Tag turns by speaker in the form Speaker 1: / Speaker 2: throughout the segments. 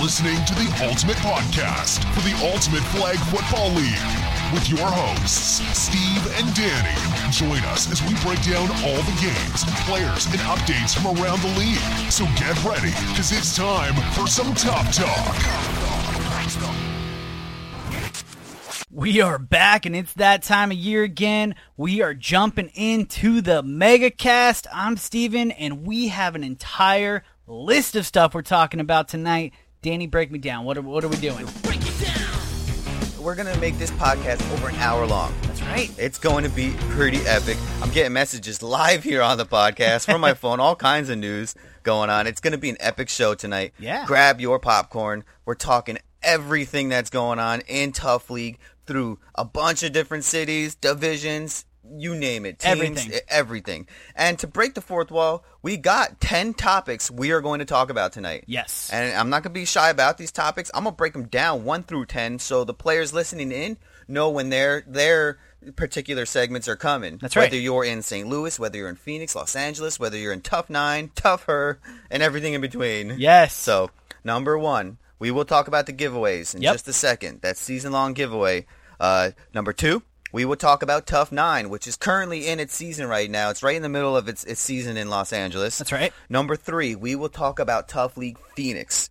Speaker 1: listening to the Ultimate Podcast for the Ultimate Flag Football League with your hosts, Steve and Danny. Join us as we break down all the games, players, and updates from around the league. So get ready, because it's time for some Top Talk.
Speaker 2: We are back, and it's that time of year again. We are jumping into the megacast. I'm Steven, and we have an entire list of stuff we're talking about tonight. Danny, break me down. What are, what are we doing?
Speaker 3: We're gonna make this podcast over an hour long.
Speaker 2: That's right.
Speaker 3: It's going to be pretty epic. I'm getting messages live here on the podcast from my phone, all kinds of news going on. It's gonna be an epic show tonight.
Speaker 2: Yeah.
Speaker 3: Grab your popcorn. We're talking everything that's going on in Tough League through a bunch of different cities, divisions, you name it, teams,
Speaker 2: Everything.
Speaker 3: e- everything. And to break the fourth wall, we got 10 topics we are going to talk about tonight.
Speaker 2: Yes.
Speaker 3: And I'm not going to be shy about these topics. I'm going to break them down 1 through 10 so the players listening in know when their their particular segments are coming.
Speaker 2: That's right.
Speaker 3: Whether you're in St. Louis, whether you're in Phoenix, Los Angeles, whether you're in Tough 9, Tough Her, and everything in between.
Speaker 2: Yes.
Speaker 3: So, number 1, we will talk about the giveaways in
Speaker 2: Yep.
Speaker 3: just a second. That's season-long giveaway. Uh, number 2, we will talk about Tough 9, which is currently in its season right now. It's right in the middle of its, its season in Los Angeles.
Speaker 2: That's right.
Speaker 3: Number three, we will talk about Tough League Phoenix.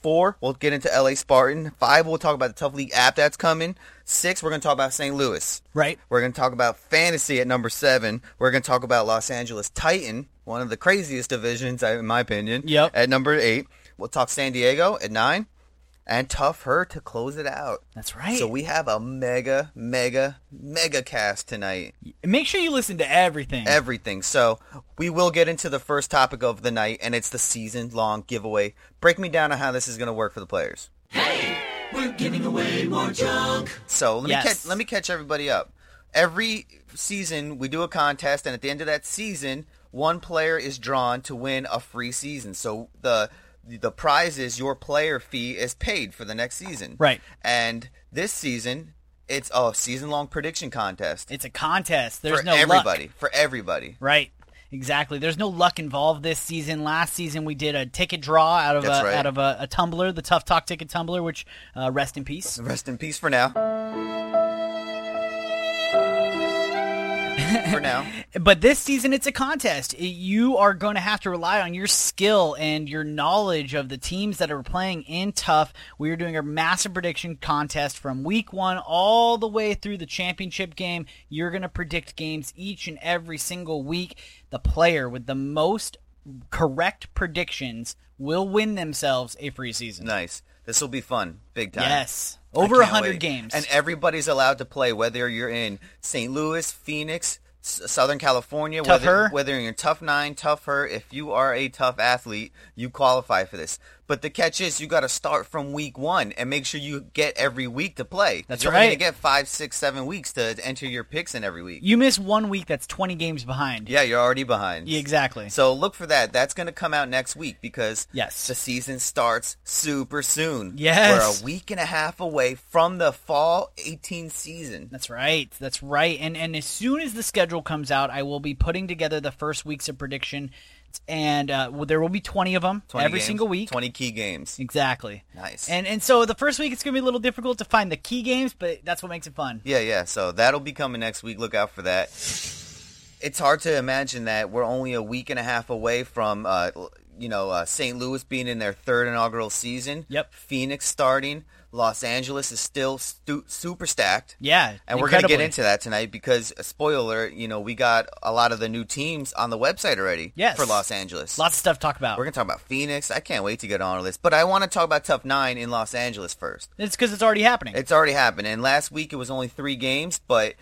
Speaker 3: Four, we'll get into LA Spartan. Five, we'll talk about the Tough League app that's coming. Six, we're going to talk about St. Louis.
Speaker 2: Right.
Speaker 3: We're going to talk about fantasy at number seven. We're going to talk about Los Angeles Titan, one of the craziest divisions, I- in my opinion.
Speaker 2: Yep.
Speaker 3: At number eight, we'll talk San Diego at nine, and Tough Her to close it out.
Speaker 2: That's right.
Speaker 3: So we have a mega, mega, mega cast tonight
Speaker 2: Make sure you listen to everything.
Speaker 3: everything. So we will get into the first topic of the night, and it's the season long giveaway. Break me down on how this is going to work for the players. Hey, we're giving away more junk. So let me
Speaker 2: Yes.
Speaker 3: catch, let me catch everybody up. Every season we do a contest, and at the end of that season, one player is drawn to win a free season. So the the prize is your player fee is paid for the next season.
Speaker 2: Right.
Speaker 3: And this season, it's a season long prediction contest
Speaker 2: it's a contest. There's
Speaker 3: for
Speaker 2: no luck.
Speaker 3: everybody. For everybody.
Speaker 2: Right. Exactly. There's no luck involved this season. Last season we did a ticket draw out of a,
Speaker 3: That's right.
Speaker 2: out of a, a tumbler, the Tough Talk ticket tumbler, which uh, rest in peace.
Speaker 3: Rest in peace for now. for now.
Speaker 2: But this season it's a contest. It- You are going to have to rely on your skill and your knowledge of the teams that are playing in Tough. We are doing a massive prediction contest from week 1 all the way through the championship game. You're going to predict games each and every single week. The player with the most correct predictions will win themselves a free season.
Speaker 3: Nice. This will be fun. Big time.
Speaker 2: Yes.
Speaker 3: I
Speaker 2: Over a
Speaker 3: can't
Speaker 2: 100
Speaker 3: wait.
Speaker 2: games.
Speaker 3: And everybody's allowed to play, whether you're in St. Louis, Phoenix, S- Southern California,
Speaker 2: Tough her.
Speaker 3: whether, whether you're tough nine, tough her. If you are a tough athlete, you qualify for this. But the catch is you got to start from week one and make sure you get every week to play. 'Cause
Speaker 2: That's
Speaker 3: you're only
Speaker 2: right.
Speaker 3: gonna get five, six, seven weeks to enter your picks in every week.
Speaker 2: you miss one week that's 20 games behind.
Speaker 3: Yeah, you're already behind.
Speaker 2: Yeah, exactly.
Speaker 3: So look for that. That's going to come out next week because
Speaker 2: Yes.
Speaker 3: the season starts super soon.
Speaker 2: Yes.
Speaker 3: We're a week and a half away from the fall 18 season.
Speaker 2: That's right. That's right. And and as soon as the schedule comes out, I will be putting together the first weeks of prediction, and uh, well, there will be twenty of them
Speaker 3: 20
Speaker 2: every
Speaker 3: games,
Speaker 2: single week.
Speaker 3: 20 key games.
Speaker 2: Exactly.
Speaker 3: Nice.
Speaker 2: And and so the first week it's gonna be a little difficult to find the key games, but that's what makes it fun.
Speaker 3: Yeah, yeah. So that'll be coming next week. Look out for that. It's hard to imagine that we're only a week and a half away from, uh, l- you know, uh, St. Louis being in their third inaugural season.
Speaker 2: Yep.
Speaker 3: Phoenix starting. Los Angeles is still stu- super stacked.
Speaker 2: Yeah.
Speaker 3: And we're going to get
Speaker 2: incredibly.
Speaker 3: into that tonight because, uh, spoiler, you know, we got a lot of the new teams on the website already
Speaker 2: Yes.
Speaker 3: for Los Angeles.
Speaker 2: lots of stuff to talk about.
Speaker 3: we're going to talk about Phoenix. I can't wait to get on to this. But I want to talk about Tough 9 in Los Angeles first.
Speaker 2: It's because it's already happening.
Speaker 3: It's already happened. And last week it was only three games, but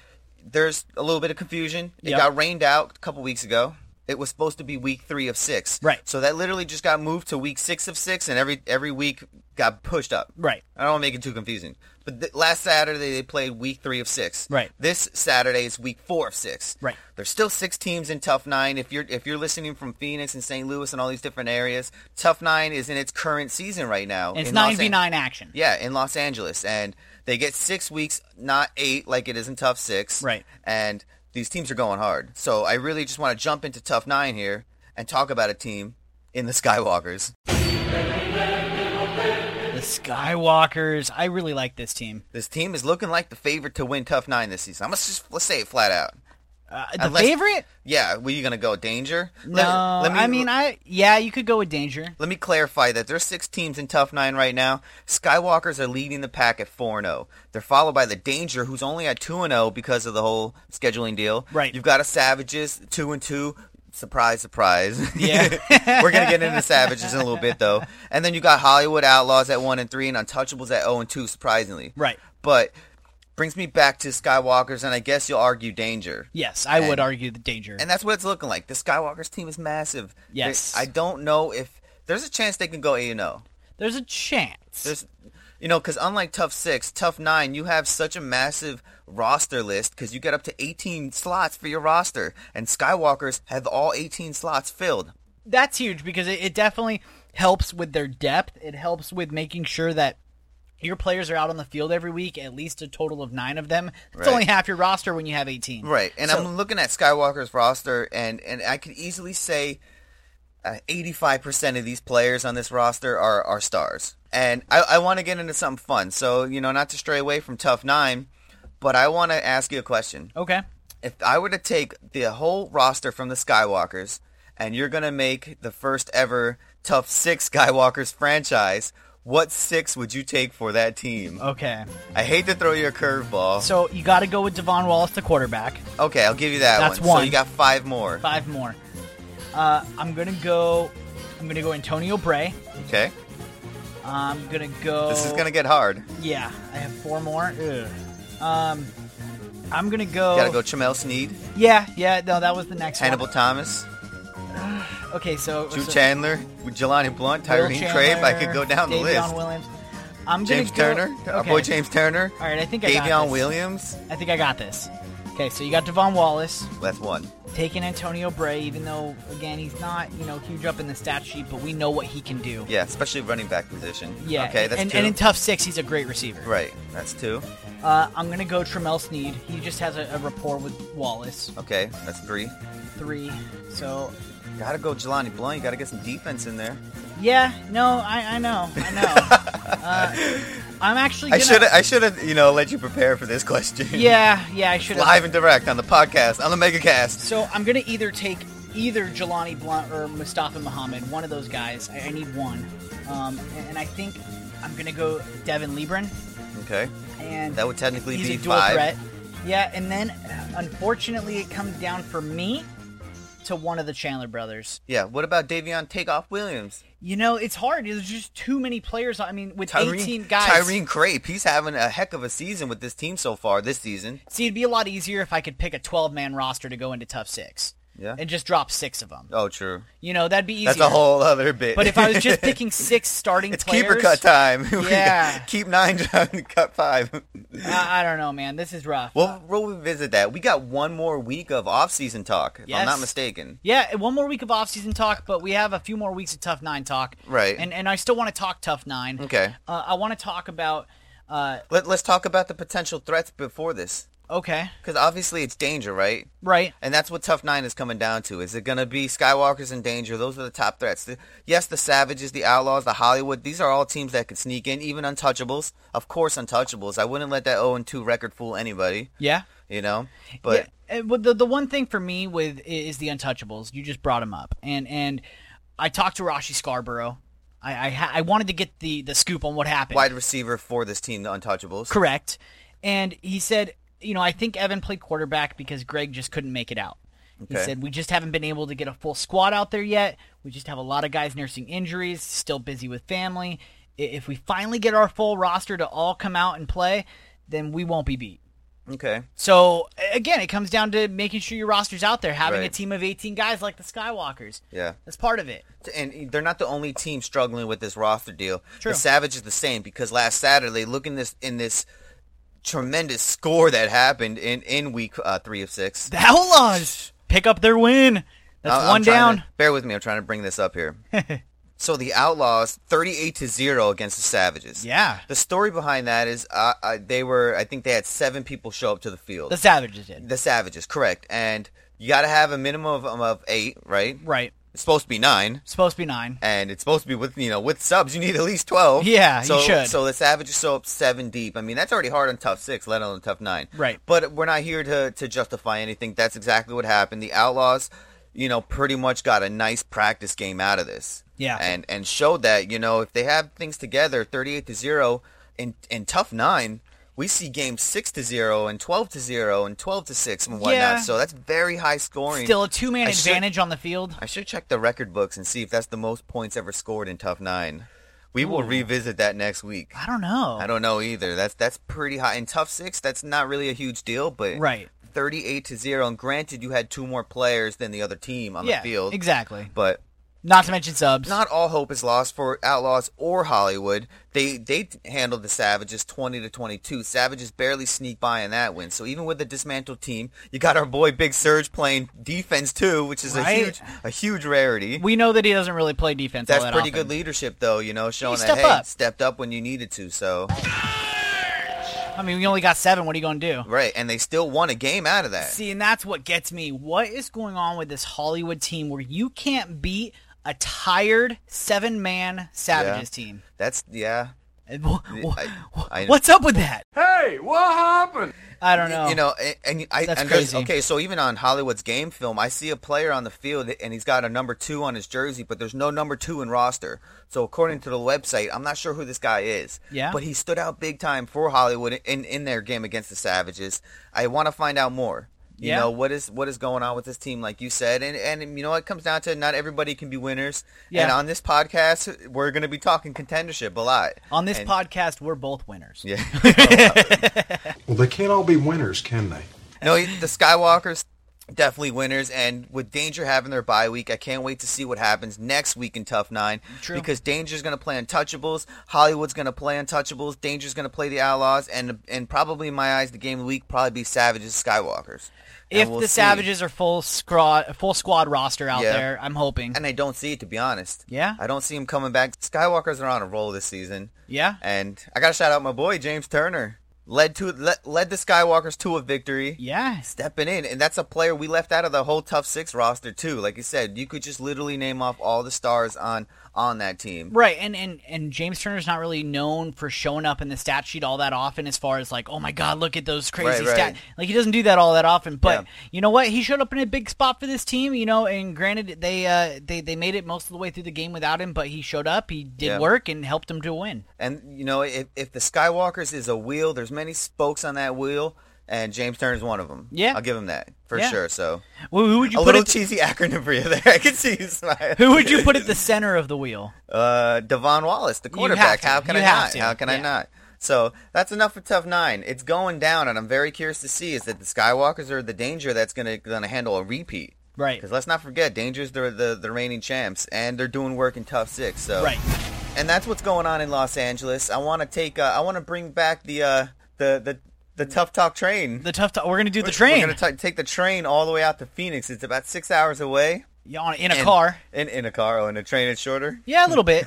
Speaker 3: there's a little bit of confusion. It
Speaker 2: Yep.
Speaker 3: got rained out a couple weeks ago. It was supposed to be week three of six.
Speaker 2: Right.
Speaker 3: So that literally just got moved to week six of six, and every every week got pushed up.
Speaker 2: Right.
Speaker 3: I don't want to make it too confusing. But th- last Saturday they played week three of six.
Speaker 2: Right.
Speaker 3: This Saturday is week four of six.
Speaker 2: Right.
Speaker 3: There's still six teams in Tough Nine. If you're if you're listening from Phoenix and St. Louis and all these different areas, Tough Nine is in its current season right now.
Speaker 2: And it's
Speaker 3: in Los
Speaker 2: nine v
Speaker 3: An-
Speaker 2: nine action.
Speaker 3: yeah, in Los Angeles, and they get six weeks, not eight, like it is in Tough Six.
Speaker 2: Right.
Speaker 3: And these teams are going hard, so I really just want to jump into Tough Nine here and talk about a team in the Skywalkers.
Speaker 2: The the Skywalkers. I really like this team.
Speaker 3: This team is looking like the favorite to win Tough Nine this season. I'm let's just let's say it flat out.
Speaker 2: Uh, the
Speaker 3: Unless-
Speaker 2: favorite?
Speaker 3: Yeah, were you gonna go danger? Let-
Speaker 2: No, I mean, I yeah, you could go with Danger.
Speaker 3: Let me clarify that there's six teams in Tough Nine right now. Skywalkers are leading the pack at 4 0. They're followed by the Danger, who's only at 2 0 because of the whole scheduling deal.
Speaker 2: Right.
Speaker 3: You've got a Savages, 2 and 2. Surprise, surprise.
Speaker 2: Yeah.
Speaker 3: We're going to get into Savages in a little bit, though. And then you got Hollywood Outlaws at 1 and 3 and Untouchables at 0 and 2, surprisingly.
Speaker 2: Right.
Speaker 3: But brings me back to Skywalkers, and I guess you'll argue Danger.
Speaker 2: Yes, I would
Speaker 3: And-
Speaker 2: argue the Danger.
Speaker 3: And that's what it's looking like. The Skywalkers team is massive.
Speaker 2: Yes.
Speaker 3: I don't know if there's a chance they can go 8 0.
Speaker 2: There's a chance.
Speaker 3: There's, you know, because unlike Tough Six, Tough Nine, you have such a massive roster list because you get up to 18 slots for your roster, and Skywalkers have all 18 slots filled.
Speaker 2: that's huge because it, it definitely helps with their depth. It helps with making sure that your players are out on the field every week, at least a total of nine of them. It's
Speaker 3: Right.
Speaker 2: only half your roster when you have 18.
Speaker 3: Right, and
Speaker 2: So-
Speaker 3: I'm looking at Skywalker's roster, and and I could easily say, uh, 85% of these players on this roster are are stars. And I, I want to get into something fun, so you know, not to stray away from Tough Nine, but I want to ask you a question.
Speaker 2: Okay.
Speaker 3: if I were to take the whole roster from the Skywalkers and you're going to make the first ever Tough Six Skywalkers franchise, what six would you take for that team?
Speaker 2: Okay.
Speaker 3: I hate to throw you a curveball.
Speaker 2: So you got to go with Devon Wallace, the quarterback.
Speaker 3: okay, I'll give you that
Speaker 2: That's
Speaker 3: one. So
Speaker 2: one.
Speaker 3: you got five more.
Speaker 2: Five more. Uh, I'm gonna go. I'm gonna go Antonio Bray.
Speaker 3: Okay.
Speaker 2: I'm gonna go.
Speaker 3: This is going to get hard.
Speaker 2: Yeah, I have four more. Ugh. Um, I'm gonna go.
Speaker 3: You got to go Chamel Sneed,
Speaker 2: Yeah, yeah. No, that was the next
Speaker 3: Hannibal
Speaker 2: one.
Speaker 3: Thomas,
Speaker 2: Okay, so
Speaker 3: Drew
Speaker 2: so-
Speaker 3: Chandler, Jelani Blunt,
Speaker 2: Will
Speaker 3: Tyreen Crabe. I could
Speaker 2: Chandler,
Speaker 3: go down the
Speaker 2: Davion
Speaker 3: list.
Speaker 2: Williams. I'm gonna
Speaker 3: James
Speaker 2: go-
Speaker 3: Turner, our
Speaker 2: okay.
Speaker 3: boy James Turner,
Speaker 2: All right, I think I got
Speaker 3: Davion
Speaker 2: this.
Speaker 3: Williams.
Speaker 2: I think I got this. Okay, so you got Devon Wallace
Speaker 3: That's one.
Speaker 2: taking Antonio Bray, even though again he's not you know huge up in the stat sheet, but we know what he can do.
Speaker 3: Yeah, especially running back position.
Speaker 2: Yeah,
Speaker 3: Okay, that's
Speaker 2: and,
Speaker 3: two.
Speaker 2: and in tough six, he's a great receiver.
Speaker 3: Right, that's two.
Speaker 2: Uh, I'm gonna go Tramel Sneed. He just has a, a rapport with Wallace.
Speaker 3: Okay, that's three.
Speaker 2: Three. So
Speaker 3: Gotta go Jelani Blunt. You gotta get some defense in there.
Speaker 2: yeah, no, I, I know, I know. uh, I'm actually.
Speaker 3: I
Speaker 2: Gonna,
Speaker 3: should I should have you know let you prepare for this question.
Speaker 2: Yeah, yeah, I should.
Speaker 3: Live and direct on the podcast on the MegaCast.
Speaker 2: So I'm gonna either take either Jelani Blunt or Mustafa Muhammad, one of those guys. I, I need one, um, and, and I think I'm gonna go Devin Libran,
Speaker 3: Okay,
Speaker 2: and
Speaker 3: that would technically
Speaker 2: he's
Speaker 3: be
Speaker 2: a dual
Speaker 3: five.
Speaker 2: threat. Yeah, and then unfortunately it comes down for me to one of the Chandler brothers.
Speaker 3: Yeah. What about Davion Takeoff Williams?
Speaker 2: You know, it's hard. There's just too many players. I mean, with 18
Speaker 3: Tyreen
Speaker 2: guys,
Speaker 3: Tyreen Crape. He's having a heck of a season with this team so far this season.
Speaker 2: see, it'd be a lot easier if I could pick a 12 man roster to go into tough six.
Speaker 3: Yeah.
Speaker 2: And just drop six of them.
Speaker 3: Oh, true.
Speaker 2: You know, that'd be easier.
Speaker 3: That's a whole other bit.
Speaker 2: But if I was just picking six starting
Speaker 3: it's
Speaker 2: players,
Speaker 3: keeper cut time. We
Speaker 2: Yeah.
Speaker 3: keep nine, cut five.
Speaker 2: I, I don't know, man. This is rough.
Speaker 3: We'll, we'll revisit that. We got one more week of off-season talk, if I'm
Speaker 2: Yes.
Speaker 3: not mistaken.
Speaker 2: yeah, one more week of off-season talk, but we have a few more weeks of Tough Nine talk.
Speaker 3: Right.
Speaker 2: And and I still want to talk Tough Nine.
Speaker 3: Okay.
Speaker 2: Uh, I want to talk about. Uh,
Speaker 3: Let, let's talk about the potential threats before this,
Speaker 2: okay.
Speaker 3: because obviously it's danger, right?
Speaker 2: Right.
Speaker 3: And that's what Tough Nine is coming down to. Is it going to be Skywalker's in danger? Those are the top threats. The- yes, the Savages, the Outlaws, the Hollywood. These are all teams that could sneak in, even Untouchables. Of course, Untouchables. I wouldn't let that 0 and 2 record fool anybody.
Speaker 2: Yeah.
Speaker 3: You know, but
Speaker 2: Yeah, uh, well, the the one thing for me with i- is the Untouchables. You just brought him up, and and I talked to Rashi Scarborough. I I, ha- I wanted to get the the scoop on what happened.
Speaker 3: wide receiver for this team, the Untouchables.
Speaker 2: Correct. And he said, you know, I think Evan played quarterback because Greg just couldn't make it out. He
Speaker 3: Okay.
Speaker 2: said, we just haven't been able to get a full squad out there yet. We just have a lot of guys nursing injuries, still busy with family. I- If we finally get our full roster to all come out and play, then we won't be beat.
Speaker 3: Okay.
Speaker 2: So a- again, it comes down to making sure your roster's out there, having a
Speaker 3: Right.
Speaker 2: team of 18 guys like the Skywalkers.
Speaker 3: Yeah.
Speaker 2: That's part of it.
Speaker 3: and they're not the only team struggling with this roster deal.
Speaker 2: True.
Speaker 3: The Savage is the same because last Saturday, look in this in this tremendous score that happened in in week uh, three of six.
Speaker 2: The Outlaws pick up their win. That's
Speaker 3: I- I'm
Speaker 2: one
Speaker 3: trying
Speaker 2: down.
Speaker 3: to- bear with me, I'm trying to bring this up here. so the Outlaws, thirty-eight to zero against the Savages.
Speaker 2: Yeah.
Speaker 3: The story behind that is uh, uh, they were, I think they had seven people show up to the field.
Speaker 2: The Savages did.
Speaker 3: the Savages, correct? And you got to have a minimum of, um, of eight, right?
Speaker 2: Right.
Speaker 3: It's supposed to be nine,
Speaker 2: supposed to be nine.
Speaker 3: and it's supposed to be with you know with subs. You need at least twelve.
Speaker 2: Yeah, you
Speaker 3: so,
Speaker 2: should.
Speaker 3: So let's average so up seven deep. I mean, that's already hard on tough six, let alone tough nine.
Speaker 2: Right.
Speaker 3: But we're not here to to justify anything. That's exactly what happened. The Outlaws, you know, pretty much got a nice practice game out of this.
Speaker 2: Yeah.
Speaker 3: And and showed that you know if they have things together, thirty eight to zero in in tough nine. We see games six to zero and twelve to zero and twelve to six and whatnot.
Speaker 2: Yeah.
Speaker 3: So that's very high scoring.
Speaker 2: Still a two man
Speaker 3: I should-
Speaker 2: advantage on the field.
Speaker 3: I should check the record books and see if that's the most points ever scored in Tough Nine. We will revisit that next week.
Speaker 2: I don't know.
Speaker 3: I don't know either. That's that's pretty high in Tough Six. That's not really a huge deal, but
Speaker 2: Right.
Speaker 3: thirty-eight to zero. And granted, you had two more players than the other team on
Speaker 2: yeah,
Speaker 3: the field,
Speaker 2: exactly.
Speaker 3: But
Speaker 2: Not to mention subs.
Speaker 3: not all hope is lost for Outlaws or Hollywood. They they handled the Savages twenty to twenty-two. Savages barely sneak by in that win. So even with the dismantled team, you got our boy Big Surge playing defense too, which is
Speaker 2: Right.
Speaker 3: a huge a huge rarity.
Speaker 2: we know that he doesn't really play defense. all
Speaker 3: That's
Speaker 2: that
Speaker 3: pretty
Speaker 2: often.
Speaker 3: good leadership, though. You know, showing that
Speaker 2: step
Speaker 3: hey,
Speaker 2: up.
Speaker 3: stepped up when you needed to. So
Speaker 2: I mean, we only got seven. What are you going to do?
Speaker 3: right, and they still won a game out of that.
Speaker 2: See, and that's what gets me. What is going on with this Hollywood team where you can't beat a tired seven man Savages team?
Speaker 3: That's yeah.
Speaker 2: And wh- wh-
Speaker 3: I- I-
Speaker 2: what's up with that? Hey, what happened? I don't know.
Speaker 3: You know, and, and I
Speaker 2: That's
Speaker 3: and there's-
Speaker 2: crazy.
Speaker 3: okay. So even on Hollywood's game film, I see a player on the field and he's got a number two on his jersey, but there's no number two in roster. So according to the website, I'm not sure who this guy is.
Speaker 2: Yeah.
Speaker 3: But he stood out big time for Hollywood in in their game against the Savages. I want to find out more. You
Speaker 2: Yeah.
Speaker 3: know what is what is going on with this team, like you said, and and you know it comes down to not everybody can be winners.
Speaker 2: Yeah.
Speaker 3: And on this podcast, we're going to be talking contendership a lot.
Speaker 2: On this
Speaker 3: And-
Speaker 2: podcast, we're both winners.
Speaker 3: yeah.
Speaker 4: Well, they can't all be winners, can they?
Speaker 3: No, he- the Skywalkers definitely winners, and with Danger having their bye week, I can't wait to see what happens next week in Tough Nine.
Speaker 2: True.
Speaker 3: Because Danger's going to play Untouchables, Hollywood's going to play Untouchables, Danger's going to play the Outlaws, and and probably in my eyes, the game of the week probably be Savages Skywalkers. And
Speaker 2: If
Speaker 3: we'll
Speaker 2: the
Speaker 3: see.
Speaker 2: Savages are full squad, full squad roster out
Speaker 3: Yeah.
Speaker 2: there, I'm hoping.
Speaker 3: and I don't see it to be honest.
Speaker 2: Yeah?
Speaker 3: I don't see him coming back. Skywalkers are on a roll this season.
Speaker 2: yeah,
Speaker 3: and I got to shout out my boy James Turner. Led to led, led the Skywalkers to a victory.
Speaker 2: yeah.
Speaker 3: stepping in, and that's a player we left out of the whole tough six roster too. Like you said, you could just literally name off all the stars on on that team.
Speaker 2: Right, and, and and James Turner's not really known for showing up in the stat sheet all that often as far as like, oh my god, look at those crazy
Speaker 3: Right, right.
Speaker 2: stats. Like he doesn't do that all that often. But
Speaker 3: Yeah.
Speaker 2: you know what? He showed up in a big spot for this team, you know, and granted they uh they, they made it most of the way through the game without him, but he showed up, he did
Speaker 3: Yeah.
Speaker 2: work and helped them to a win.
Speaker 3: And you know, if if the Skywalkers is a wheel, there's many spokes on that wheel, and James Turner's one of them.
Speaker 2: Yeah.
Speaker 3: I'll give him that for
Speaker 2: Yeah.
Speaker 3: sure. So
Speaker 2: Who, who would you
Speaker 3: a
Speaker 2: put
Speaker 3: little
Speaker 2: at the,
Speaker 3: cheesy acronym for you there. I can see you smile.
Speaker 2: who would you put at the center of the wheel?
Speaker 3: Uh, Devon Wallace, the quarterback.
Speaker 2: to.
Speaker 3: How can
Speaker 2: You
Speaker 3: I
Speaker 2: have
Speaker 3: not?
Speaker 2: to.
Speaker 3: How can I
Speaker 2: Yeah.
Speaker 3: not? So that's enough for tough nine. It's going down, and I'm very curious to see is that the Skywalkers are the danger that's gonna gonna handle a repeat.
Speaker 2: Right.
Speaker 3: Because let's not forget, Danger's the, the the reigning champs, and they're doing work in Tough Six. So
Speaker 2: Right.
Speaker 3: and that's what's going on in Los Angeles. I want to take, uh, I want to bring back the uh, the the the Tough Talk train.
Speaker 2: The tough t- we're gonna do the
Speaker 3: We're
Speaker 2: train
Speaker 3: gonna t- take the train all the way out to Phoenix. It's about six hours away.
Speaker 2: Yeah, on- in a
Speaker 3: And-
Speaker 2: car.
Speaker 3: In in a car, oh, and a train is shorter.
Speaker 2: Yeah, a little bit.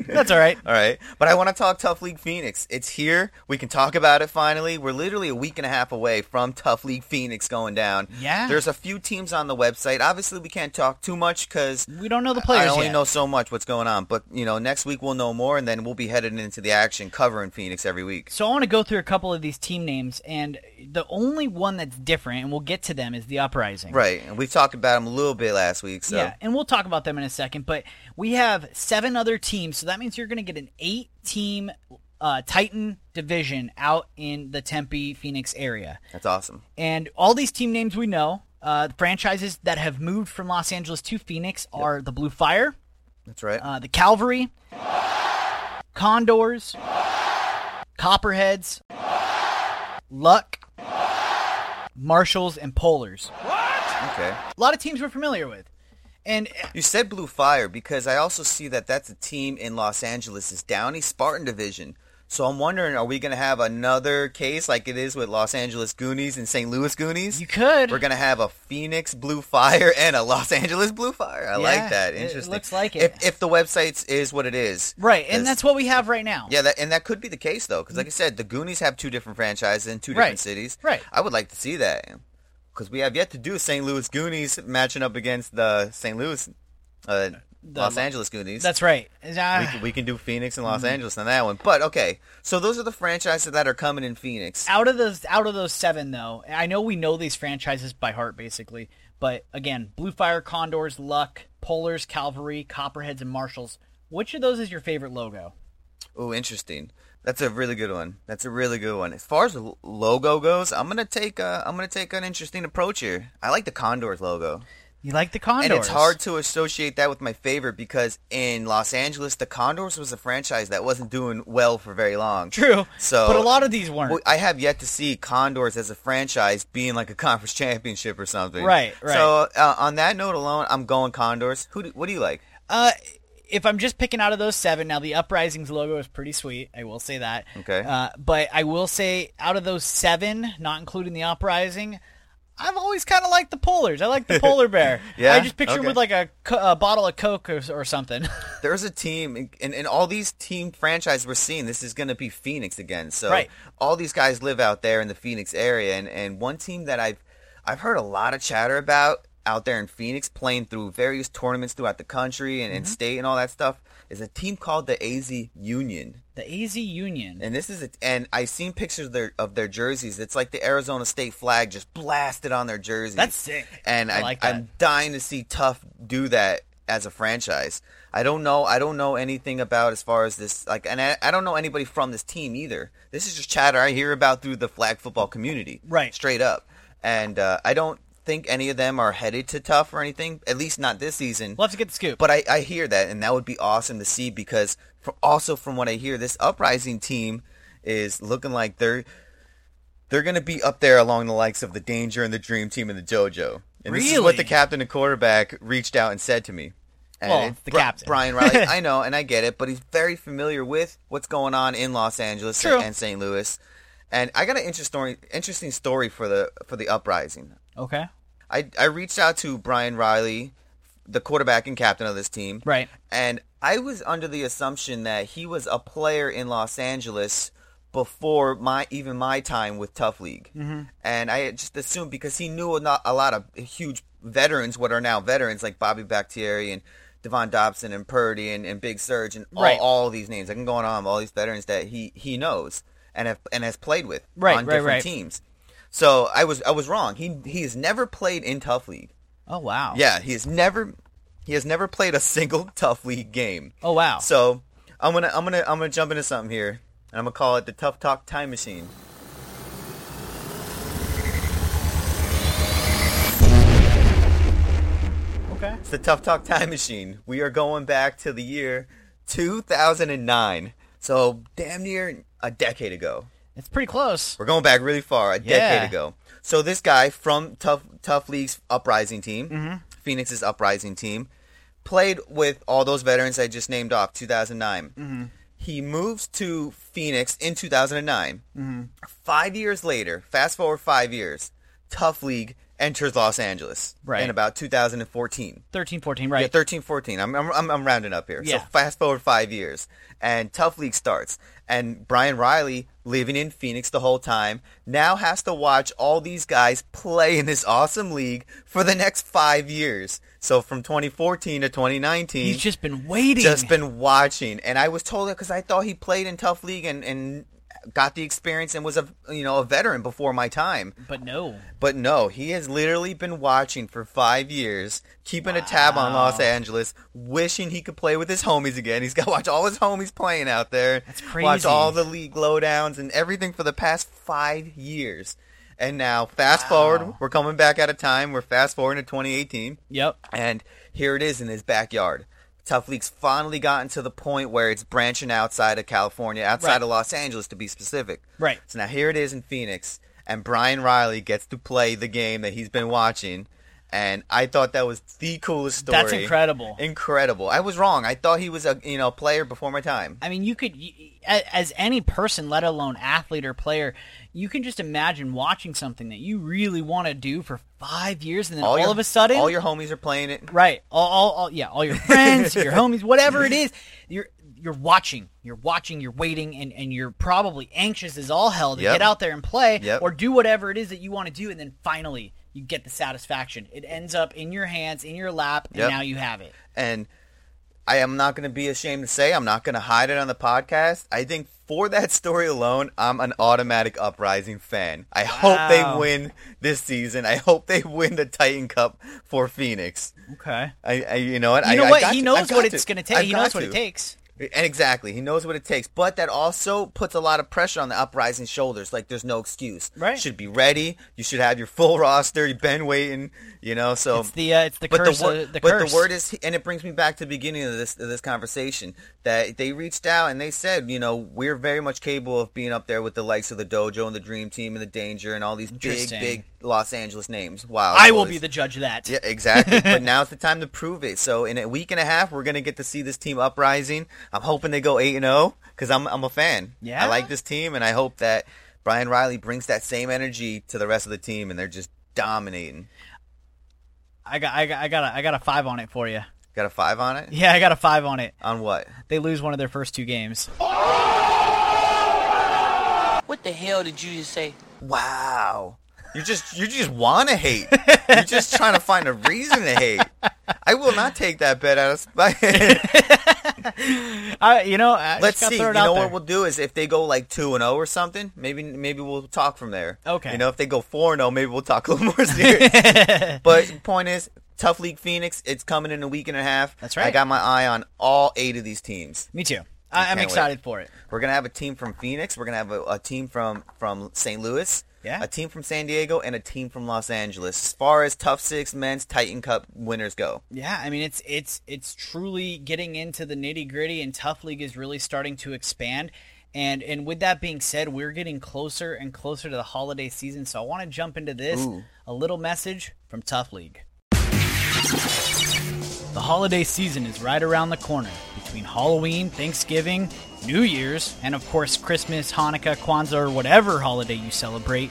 Speaker 2: That's all right.
Speaker 3: All right, but I want to talk Tough League Phoenix. It's here. We can talk about it finally. We're literally a week and a half away from Tough League Phoenix going down.
Speaker 2: Yeah.
Speaker 3: there's a few teams on the website. Obviously, we can't talk too much because
Speaker 2: We don't know the players
Speaker 3: I only
Speaker 2: yet.
Speaker 3: know so much what's going on. But you know, next week we'll know more, and then we'll be headed into the action covering Phoenix every week.
Speaker 2: So I want to go through a couple of these team names, and the only one that's different, and we'll get to them, is the Uprising.
Speaker 3: Right, and we've talked about them a little bit last week. So
Speaker 2: Yeah, and we'll talk about them in a second. But we have seven other teams, so that means you're going to get an eight-team uh, Titan division out in the Tempe Phoenix area,
Speaker 3: that's awesome.
Speaker 2: and all these team names we know. Uh, the franchises that have moved from Los Angeles to Phoenix are the Blue Fire,
Speaker 3: That's right.
Speaker 2: uh, the Calvary, Condors, Copperheads, Luck, Marshals, and Polars.
Speaker 3: okay.
Speaker 2: A lot of teams we're familiar with. And uh,
Speaker 3: You said Blue Fire because I also see that that's a team in Los Angeles' is Downey Spartan division. So I'm wondering, are we going to have another case like it is with Los Angeles Goonies and St. Louis Goonies?
Speaker 2: you could.
Speaker 3: We're going to have a Phoenix Blue Fire and a Los Angeles Blue Fire. I
Speaker 2: Yeah,
Speaker 3: like that.
Speaker 2: it- it
Speaker 3: Interesting.
Speaker 2: looks like it.
Speaker 3: If, if the website is what it is.
Speaker 2: right, and
Speaker 3: 'Cause-
Speaker 2: that's what we have right now.
Speaker 3: Yeah, that, and that could be the case, though, because like I said, the Goonies have two different franchises in two
Speaker 2: Mm. Right,
Speaker 3: different cities.
Speaker 2: right.
Speaker 3: I would like to see that because we have yet to do St. Louis Goonies matching up against the St. Louis uh,
Speaker 2: The-
Speaker 3: Los Angeles Goonies.
Speaker 2: That's Mm. right.
Speaker 3: we
Speaker 2: Uh,
Speaker 3: can, we can do Phoenix and Los Angeles on that one. But okay, so those are the franchises that are coming in Phoenix.
Speaker 2: out of those out of those seven though i know we know these franchises by heart basically but again blue fire condors luck polars cavalry copperheads and marshals which of those is your favorite logo Ah.
Speaker 3: Oh, interesting. That's a really good one. That's a really good one. As far as the logo goes, I'm gonna take a, I'm gonna take an interesting approach here. I like the Condors logo,
Speaker 2: you like the condors
Speaker 3: and it's hard to associate that with my favorite because in Los Angeles, the Condors was a franchise that wasn't doing well for very long.
Speaker 2: true
Speaker 3: So,
Speaker 2: but a lot of these weren't
Speaker 3: Well, I have yet to see Condors as a franchise being like a conference championship or something.
Speaker 2: Right, right.
Speaker 3: So uh, on that note alone, I'm going Condors. Who? Do, what do you like?
Speaker 2: Uh, if I'm just picking out of those seven, now the Uprisings logo is pretty sweet. I will say that.
Speaker 3: Okay.
Speaker 2: Uh, but I will say, out of those seven, not including the Uprising, I've always kind of liked the Polars. I like the Polar Bear.
Speaker 3: Yeah?
Speaker 2: I just picture him
Speaker 3: Okay.
Speaker 2: with like a, co- a bottle of Coke or, or something.
Speaker 3: there's a team, and, and all these team franchises we're seeing, this is going to be Phoenix again. So
Speaker 2: Right.
Speaker 3: all these guys live out there in the Phoenix area, and, and one team that I've I've heard a lot of chatter about out there in Phoenix, playing through various tournaments throughout the country and, and state and all that stuff, is a team called the AZ Union.
Speaker 2: the AZ Union.
Speaker 3: And this is a, and I've seen pictures of their of their jerseys. It's like the Arizona State flag just blasted on their jersey.
Speaker 2: That's sick.
Speaker 3: And
Speaker 2: I
Speaker 3: I,
Speaker 2: like
Speaker 3: I'm dying to see Tough do that as a franchise. I don't know. I don't know anything about as far as this like, and I, I don't know anybody from this team either. This is just chatter I hear about through the flag football community,
Speaker 2: Right.
Speaker 3: Straight up, and uh, I don't think any of them are headed to Tough or anything. At least not this season.
Speaker 2: We'll have to get the scoop.
Speaker 3: But I, I hear that, and that would be awesome to see because fr also from what I hear, this uprising team is looking like they're they're going to be up there along the likes of the Danger and the Dream Team and the JoJo. And this is
Speaker 2: Really?
Speaker 3: what the captain and quarterback reached out and said to me. And
Speaker 2: Well,
Speaker 3: it's
Speaker 2: the
Speaker 3: Bri-
Speaker 2: captain.
Speaker 3: Brian Riley. I know, and I get it, but he's very familiar with what's going on in Los Angeles
Speaker 2: True.
Speaker 3: and St. Louis. And I got an interesting story, interesting story for the for the uprising.
Speaker 2: okay.
Speaker 3: I, I reached out to Brian Riley, the quarterback and captain of this team.
Speaker 2: Right.
Speaker 3: And I was under the assumption that he was a player in Los Angeles before my even my time with Tough League. Mm-hmm. And I just assumed because he knew a lot, a lot of huge veterans, what are now veterans like Bobby Bactieri and Devon Dobson and Purdy and, and Big Surge and all,
Speaker 2: Right.
Speaker 3: all these names. I can go on and on, all these veterans that he, he knows and have, and has played with
Speaker 2: Right,
Speaker 3: on
Speaker 2: right,
Speaker 3: different
Speaker 2: right.
Speaker 3: teams. So I was I was wrong. He he has never played in Tough League.
Speaker 2: Oh, wow.
Speaker 3: Yeah, he has never he has never played a single Tough League game.
Speaker 2: Oh, wow.
Speaker 3: So I'm gonna I'm gonna I'm gonna jump into something here, and I'm gonna call it the Tough Talk Time Machine.
Speaker 2: Okay.
Speaker 3: It's the Tough Talk Time Machine. We are going back to the year 2009. So damn near a decade ago.
Speaker 2: It's pretty close.
Speaker 3: We're going back really far, a
Speaker 2: Yeah.
Speaker 3: decade ago. So this guy from Tough Tough League's uprising team,
Speaker 2: Mm-hmm.
Speaker 3: Phoenix's uprising team, played with all those veterans I just named off. 2009.
Speaker 2: Mm-hmm.
Speaker 3: He moves to Phoenix in 2009.
Speaker 2: Mm-hmm.
Speaker 3: Five years later, fast forward five years, Tough League enters Los Angeles
Speaker 2: Right.
Speaker 3: in about 2014.
Speaker 2: 13 14, right?
Speaker 3: Yeah, 13, 14. I'm, I'm, I'm- I'm rounding up here.
Speaker 2: Yeah.
Speaker 3: So fast forward five years, and Tough League starts. And Brian Riley, living in Phoenix the whole time, now has to watch all these guys play in this awesome league for the next five years. So from 2014 to 2019,
Speaker 2: He's just been waiting.
Speaker 3: just been watching. And I was told that because I thought he played in Tough League and, and got the experience and was a you know a veteran before my time.
Speaker 2: But no.
Speaker 3: But no, he has literally been watching for five years, keeping a tab on Los Angeles, wishing he could play with his homies again. He's got to watch all his homies playing out there. That's Watch
Speaker 2: crazy.
Speaker 3: all the league lowdowns and everything for the past five years. And now, fast forward, we're coming back out of time. We're fast forward to 2018.
Speaker 2: Yep.
Speaker 3: And here it is in his backyard. Tough League's finally gotten to the point where it's branching outside of California, outside
Speaker 2: Right.
Speaker 3: of Los Angeles to be specific.
Speaker 2: Right.
Speaker 3: So now here it is in Phoenix, and Brian Riley gets to play the game that he's been watching. And I thought that was the coolest story.
Speaker 2: That's incredible.
Speaker 3: Incredible. I was wrong. I thought he was a you know player before my time.
Speaker 2: I mean, you could, y- y- a- as any person, let alone athlete or player, you can just imagine watching something that you really want to do for five years, and then all,
Speaker 3: your-
Speaker 2: of a sudden,
Speaker 3: all your homies are playing it.
Speaker 2: right, all, all, all, yeah, all your friends, your homies, whatever it is, you're you're watching, you're watching, you're waiting, and and you're probably anxious as all hell to
Speaker 3: Yep.
Speaker 2: get out there and play
Speaker 3: Yep.
Speaker 2: or do whatever it is that you want to do, and then finally. you get the satisfaction. It ends up in your hands, in your lap, and
Speaker 3: Yep.
Speaker 2: now you have it.
Speaker 3: and I am not going to be ashamed to say I'm not going to hide it on the podcast. I think for that story alone, I'm an automatic uprising fan. I hope
Speaker 2: Wow.
Speaker 3: they win this season. I hope they win the Titan Cup for Phoenix.
Speaker 2: Okay.
Speaker 3: I, I you know what?
Speaker 2: You know
Speaker 3: I, I
Speaker 2: what?
Speaker 3: got
Speaker 2: he
Speaker 3: to.
Speaker 2: knows
Speaker 3: I've
Speaker 2: what
Speaker 3: got
Speaker 2: it's
Speaker 3: to.
Speaker 2: going to take.
Speaker 3: I've
Speaker 2: He
Speaker 3: got
Speaker 2: knows what
Speaker 3: to.
Speaker 2: it takes.
Speaker 3: And exactly, he knows what it takes, but that also puts a lot of pressure on the uprising shoulders. Like, there's no excuse.
Speaker 2: Right.
Speaker 3: Should be ready. You should have your full roster. You've been waiting. You know, so
Speaker 2: It's the uh, it's the
Speaker 3: Um, but
Speaker 2: curse.
Speaker 3: the word,
Speaker 2: of, the
Speaker 3: but
Speaker 2: curse.
Speaker 3: the word is, and it brings me back to the beginning of this of this conversation that they reached out and they said, you know, we're very much capable of being up there with the likes of the Dojo and the Dream Team and the Danger and all these big,
Speaker 2: Interesting.
Speaker 3: big Los Angeles names. Wow,
Speaker 2: I
Speaker 3: that
Speaker 2: will
Speaker 3: was-
Speaker 2: be the judge of that.
Speaker 3: yeah, exactly. but now's the time to prove it. So in a week and a half, we're gonna get to see this team uprising. I'm hoping they go eight and zero because I'm I'm a fan.
Speaker 2: Yeah?
Speaker 3: I like this team, and I hope that Brian Riley brings that same energy to the rest of the team, and they're just dominating.
Speaker 2: I got I got I got a, I got a five on it for you.
Speaker 3: Got a five on it.
Speaker 2: Yeah, I got a five on it.
Speaker 3: On what?
Speaker 2: They lose one of their first two games.
Speaker 5: What the hell did you just say?
Speaker 3: Wow. You just you just want to hate. You're just trying to find a reason to hate. I will not take that bet out of spite.
Speaker 2: I, you know, I just
Speaker 3: Let's
Speaker 2: gotta
Speaker 3: see. You
Speaker 2: Throw it out
Speaker 3: know
Speaker 2: there.
Speaker 3: what we'll do is if they go like two and zero or something, maybe maybe we'll talk from there.
Speaker 2: Okay.
Speaker 3: You know, if they go four and zero, maybe we'll talk a little more serious. but point is, tough league Phoenix. It's coming in a week and a half.
Speaker 2: That's right.
Speaker 3: I got my eye on all eight of these teams.
Speaker 2: Me too. I, I'm
Speaker 3: can't wait.
Speaker 2: excited for it.
Speaker 3: We're gonna have a team from Phoenix. We're gonna have a, a team from from St. Louis.
Speaker 2: Yeah.
Speaker 3: A team from San Diego and a team from Los Angeles. As far as Tough Six Men's Titan Cup winners go,
Speaker 2: Yeah, I mean it's it's it's truly getting into the nitty gritty, and Tough League is really starting to expand. And and with that being said, we're getting closer and closer to the holiday season. So I want to jump into this
Speaker 3: Ooh.
Speaker 2: a little message from Tough League. The holiday season is right around the corner. Between Halloween, Thanksgiving, New Year's, and of course Christmas, Hanukkah, Kwanzaa, or whatever holiday you celebrate,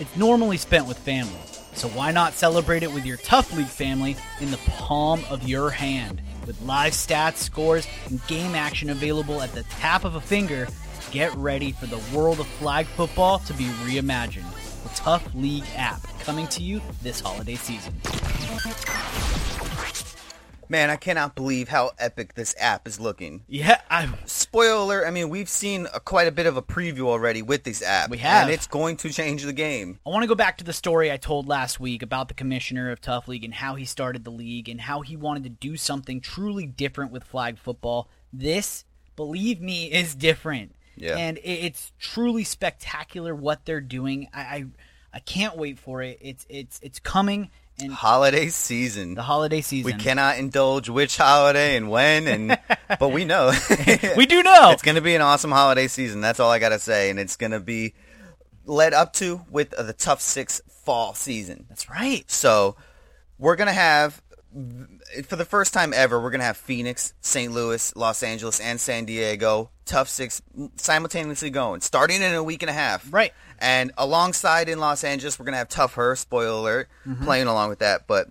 Speaker 2: it's normally spent with family. So why not celebrate it with your Tough League family in the palm of your hand? With live stats, scores, and game action available at the tap of a finger, get ready for the world of flag football to be reimagined. The Tough League app coming to you this holiday season.
Speaker 3: man, I cannot believe how epic this app is looking.
Speaker 2: Yeah, I
Speaker 3: spoiler, I mean, we've seen a, quite a bit of a preview already with this app.
Speaker 2: We have.
Speaker 3: And it's going to change the game.
Speaker 2: I want to go back to the story I told last week about the commissioner of Tough League and how he started the league and how he wanted to do something truly different with flag football. This, believe me, is different.
Speaker 3: Yeah.
Speaker 2: And i- it's truly spectacular what they're doing. I, I I can't wait for it. It's it's it's coming and
Speaker 3: Holiday season.
Speaker 2: the holiday season.
Speaker 3: We cannot indulge which holiday and when, and but we know.
Speaker 2: We do know.
Speaker 3: It's going to be an awesome holiday season. That's all I got to say. And it's going to be led up to with the Tough Six fall season.
Speaker 2: That's right.
Speaker 3: So we're gonna have for the first time ever, we're gonna have Phoenix, St. Louis, Los Angeles, and San Diego Tough Six simultaneously going, starting in a week and a half.
Speaker 2: Right.
Speaker 3: And alongside in Los Angeles, we're gonna have Tough Her. Spoiler alert, playing along with that, but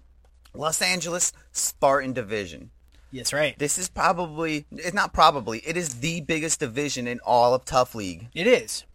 Speaker 3: Los Angeles Spartan Division.
Speaker 2: Yes, right.
Speaker 3: This is probably it's not probably it is the biggest division in all of Tough League
Speaker 2: It is.